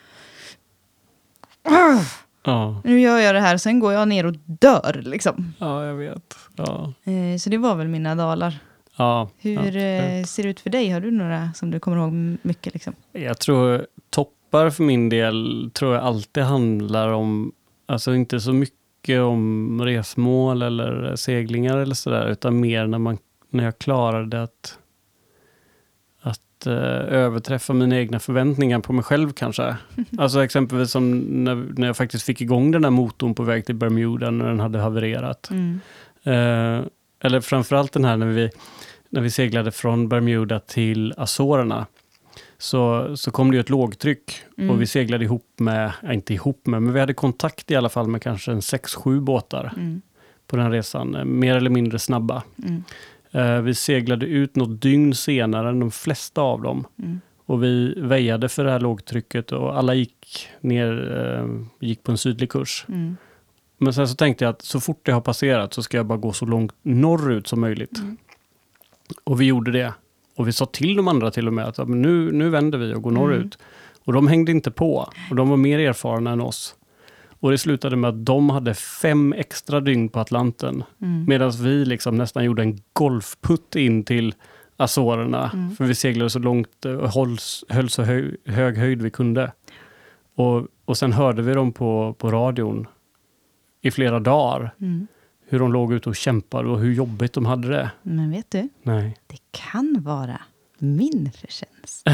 B: "Ugh,
A: Ja.
B: nu gör jag det här, sen går jag ner och dör liksom.
A: ja, jag vet. Ja.
B: Eh, Så det var väl mina dalar.
A: Ja.
B: Hur eh,
A: absolut.
B: ser det ut för dig? Har du några som du kommer ihåg m- mycket liksom?
A: Jag tror toppar för min del tror jag alltid handlar om, alltså inte så mycket om resmål eller seglingar eller sådär, utan mer när, man, när jag klarade att, att eh, överträffa mina egna förväntningar på mig själv kanske. Alltså exempelvis som när, när jag faktiskt fick igång den här motorn på väg till Bermuda när den hade havererat.
B: Mm,
A: Eh, eller framförallt den här när vi, när vi seglade från Bermuda till Azorerna. Så, så kom det ju ett lågtryck
B: Mm.
A: och vi seglade ihop med, ja, inte ihop med, men vi hade kontakt i alla fall med kanske en 6-7 båtar
B: Mm.
A: på den resan, eh, mer eller mindre snabba.
B: Mm.
A: Eh, vi seglade ut något dygn senare än de flesta av dem
B: Mm.
A: och vi väjade för det här lågtrycket och alla gick ner, eh, gick på en sydlig kurs.
B: Mm.
A: Men sen så tänkte jag att så fort det har passerat så ska jag bara gå så långt norrut som möjligt.
B: Mm.
A: Och vi gjorde det. Och vi sa till de andra till och med att "Ja, men nu, nu vänder vi och går
B: Mm.
A: norrut. Och de hängde inte på. Och de var mer erfarna än oss. Och det slutade med att de hade fem extra dygn på Atlanten.
B: Mm.
A: Medan vi liksom nästan gjorde en golfputt in till Azorerna.
B: Mm.
A: För vi seglade så långt eh, och hölls, höll så hög, hög höjd vi kunde. Och, och sen hörde vi dem på, på radion i flera dagar.
B: Mm.
A: Hur de låg ute och kämpade och hur jobbigt de hade det.
B: Men vet du?
A: Nej.
B: Det kan vara min förtjänst.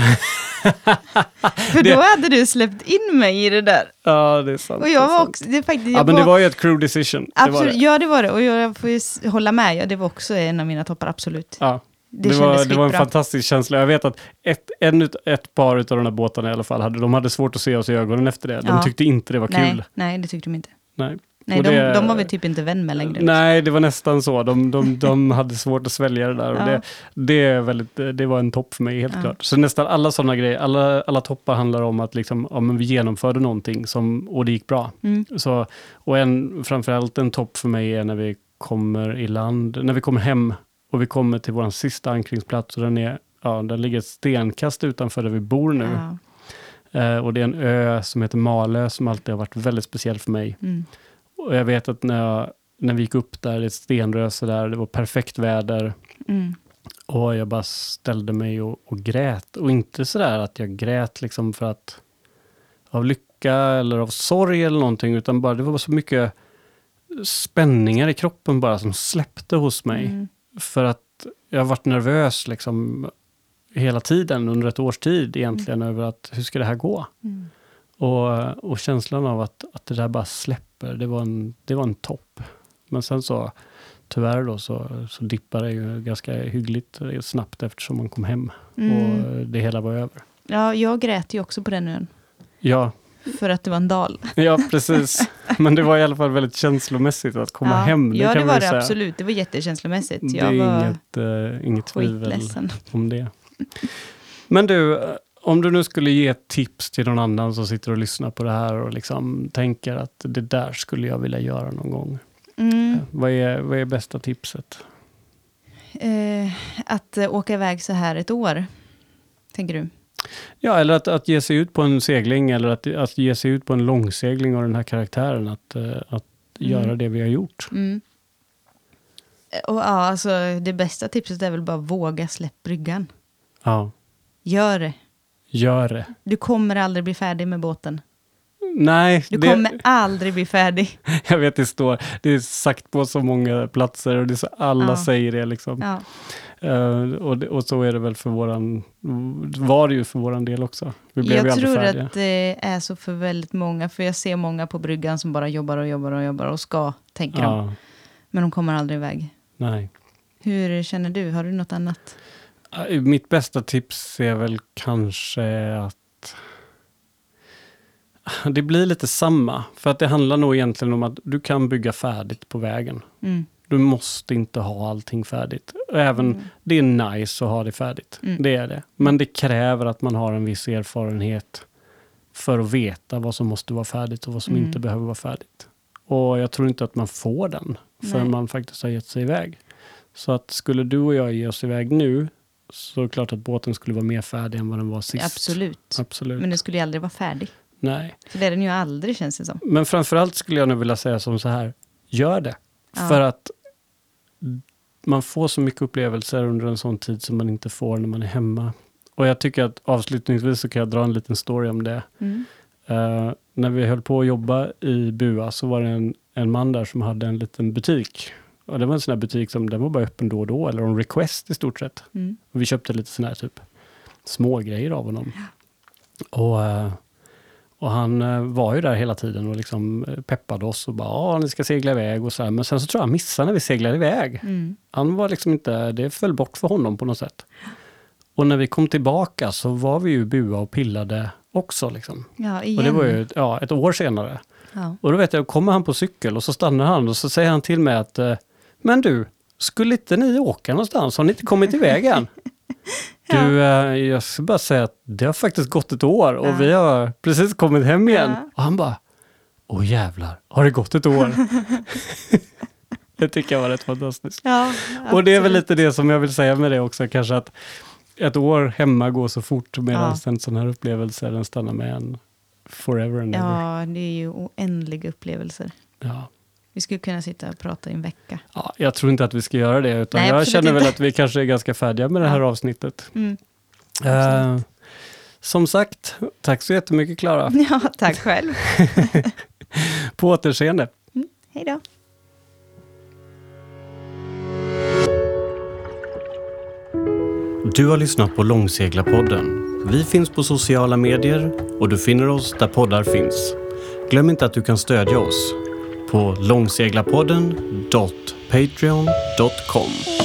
B: För då hade du släppt in mig i det där.
A: Ja, det är sant.
B: Och jag var också, det är faktiskt, jag
A: Ja, men det
B: var-
A: var ju ett crew decision.
B: absolut,
A: Det var det.
B: Ja, det var det. Och jag får ju s- hålla med, ja, det var också en av mina toppar, absolut.
A: Ja.
B: Det
A: Det, var,
B: kändes
A: det var en
B: skitbra.
A: fantastisk känsla. Jag vet att ett, en ut, ett par av de där båtarna i alla fall, hade, de hade svårt att se oss i ögonen efter det. De
B: Ja.
A: tyckte inte det var
B: nej,
A: kul.
B: nej, det tyckte de inte.
A: Nej.
B: Nej,
A: Och
B: de,
A: det-
B: de var vi typ inte vän med längre. liksom.
A: Nej, det var nästan så. De, de, de hade svårt att svälja det där. Och
B: Ja.
A: det, det, är väldigt, det var en topp för mig, helt
B: Ja.
A: klart. Så nästan alla sådana grejer, alla, alla toppar handlar om att liksom, ja, men vi genomförde någonting som, och det gick bra.
B: Mm,
A: Så, och en, framförallt en topp för mig är när vi kommer i land, när vi kommer hem och vi kommer till vår sista ankringsplats och den, är, ja, den ligger ett stenkast utanför där vi bor nu.
B: ja,
A: Eh, och det är en ö som heter Malö som alltid har varit väldigt speciell för mig.
B: mm,
A: Och jag vet att när, jag, när vi gick upp där, det är ett stenröse där, det var perfekt väder
B: mm,
A: och jag bara ställde mig och, och grät. Och inte sådär att jag grät liksom för att av lycka eller av sorg eller någonting, utan bara det var så mycket spänningar i kroppen bara som släppte hos mig.
B: mm,
A: För att jag har varit nervös liksom hela tiden under ett års tid egentligen över att hur ska det här gå?
B: mm.
A: Och, och känslan av att, att det där bara släpper, det var en, det var en topp. Men sen så, tyvärr då, så, så dippade det ju ganska hyggligt eh, snabbt eftersom man kom hem
B: Mm.
A: och eh, det hela var över.
B: Ja, jag grät ju också på den ön,
A: Ja,
B: för att det var en dal.
A: ja precis. Men det var i alla fall väldigt känslomässigt att komma
B: ja,
A: hem.
B: Ja, det
A: kan man
B: var
A: ju
B: det
A: säga.
B: absolut. Det var jättekänslomässigt.
A: Det
B: Jag
A: är
B: var
A: inget, eh, inget tvivel
B: skitledsen.
A: om det. Men du, eh, Om du nu skulle ge ett tips till någon annan som sitter och lyssnar på det här och liksom tänker att det där skulle jag vilja göra någon gång.
B: Mm.
A: Vad, är, vad är bästa tipset?
B: Eh, att eh, åka iväg så här ett år, tänker du?
A: Ja, eller att, att ge sig ut på en segling eller att, att ge sig ut på en långsegling av den här karaktären. Att, eh, att
B: Mm.
A: göra det vi har gjort.
B: Mm. Eh, Och ja, alltså det bästa tipset är väl bara våga släpp bryggan.
A: Ja,
B: Gör det.
A: gör det.
B: Du kommer aldrig bli färdig med båten.
A: Nej,
B: Du
A: det,
B: kommer aldrig bli färdig.
A: jag vet det står, det är sagt på så många platser och det är så alla
B: Ja.
A: säger det liksom.
B: Ja.
A: Eh, och, det, och så är det väl för våran, var det ju för våran del också. Vi blev ju
B: Jag
A: aldrig
B: tror
A: färdiga.
B: att det är så för väldigt många, för jag ser många på bryggan som bara jobbar och jobbar och jobbar och ska, tänker de.
A: Ja,
B: Men de kommer aldrig iväg.
A: nej.
B: Hur känner du? Har du något annat?
A: Eh, Mitt bästa tips är väl kanske att det blir lite samma, för att det handlar nog egentligen om att du kan bygga färdigt på vägen.
B: Mm.
A: Du måste inte ha allting färdigt. Och Även det är nice att ha det färdigt.
B: Mm.
A: Det är det. Men det kräver att man har en viss erfarenhet för att veta vad som måste vara färdigt och vad som
B: Mm.
A: inte behöver vara färdigt. Och jag tror inte att man får den förrän
B: Nej.
A: man faktiskt har gett sig iväg. Så att skulle du och jag ge oss iväg nu så är det klart att båten skulle vara mer färdig än vad den var sist.
B: Absolut.
A: Absolut.
B: Men den skulle ju aldrig vara färdig.
A: Nej.
B: För det är den ju aldrig, känns det som.
A: Men framförallt skulle jag nog vilja säga som så här, gör det.
B: Ja.
A: För att man får så mycket upplevelser under en sån tid som man inte får när man är hemma. Och jag tycker att avslutningsvis så kan jag dra en liten story om det.
B: Mm.
A: Eh, när vi höll på att jobba i Bua så var det en, en man där som hade en liten butik. Och det var en sån här butik som den var bara öppen då och då, eller en request i stort sett.
B: Mm.
A: Och vi köpte lite sådana här typ smågrejer av honom. Och, eh, och han eh, var ju där hela tiden och liksom eh, peppade oss och bara, ja ni ska segla iväg och så här. Men sen så tror jag han missade när vi seglade iväg.
B: Mm.
A: Han var liksom inte, det föll bort för honom på något sätt. Och när vi kom tillbaka så var vi ju bua och pillade också. Liksom.
B: Ja, igen.
A: Och det var ju ett- ja, ett år senare.
B: Ja.
A: Och då vet jag, kommer han på cykel och så stannar han och så säger han till mig att eh, Men du, skulle inte ni åka någonstans? Har ni inte kommit iväg än? Du, eh, jag ska bara säga att det har faktiskt gått ett år och
B: Ja.
A: vi har precis kommit hem igen.
B: Ja.
A: Och han bara, åh jävlar, har det gått ett år? det tycker jag var rätt fantastiskt.
B: Ja,
A: Och det är väl
B: absolut.
A: lite det som jag vill säga med det också, kanske att ett år hemma går så fort medan en sån här upplevelse den stannar med en forever and ever.
B: Ja, det är ju oändliga upplevelser.
A: Ja.
B: Vi skulle kunna sitta och prata i en vecka.
A: Ja, jag tror inte att vi ska göra det, utan
B: Nej,
A: jag
B: absolut
A: känner väl
B: inte.
A: att vi kanske är ganska färdiga med det här avsnittet.
B: Mm.
A: Eh, som sagt, tack så jättemycket Klara.
B: Ja, tack själv.
A: På återseende.
B: Hej då.
A: Du har lyssnat på Långseglarpodden. Vi finns på sociala medier och du finner oss där poddar finns. Glöm inte att du kan stödja oss på långseglarpodden.patreon.com.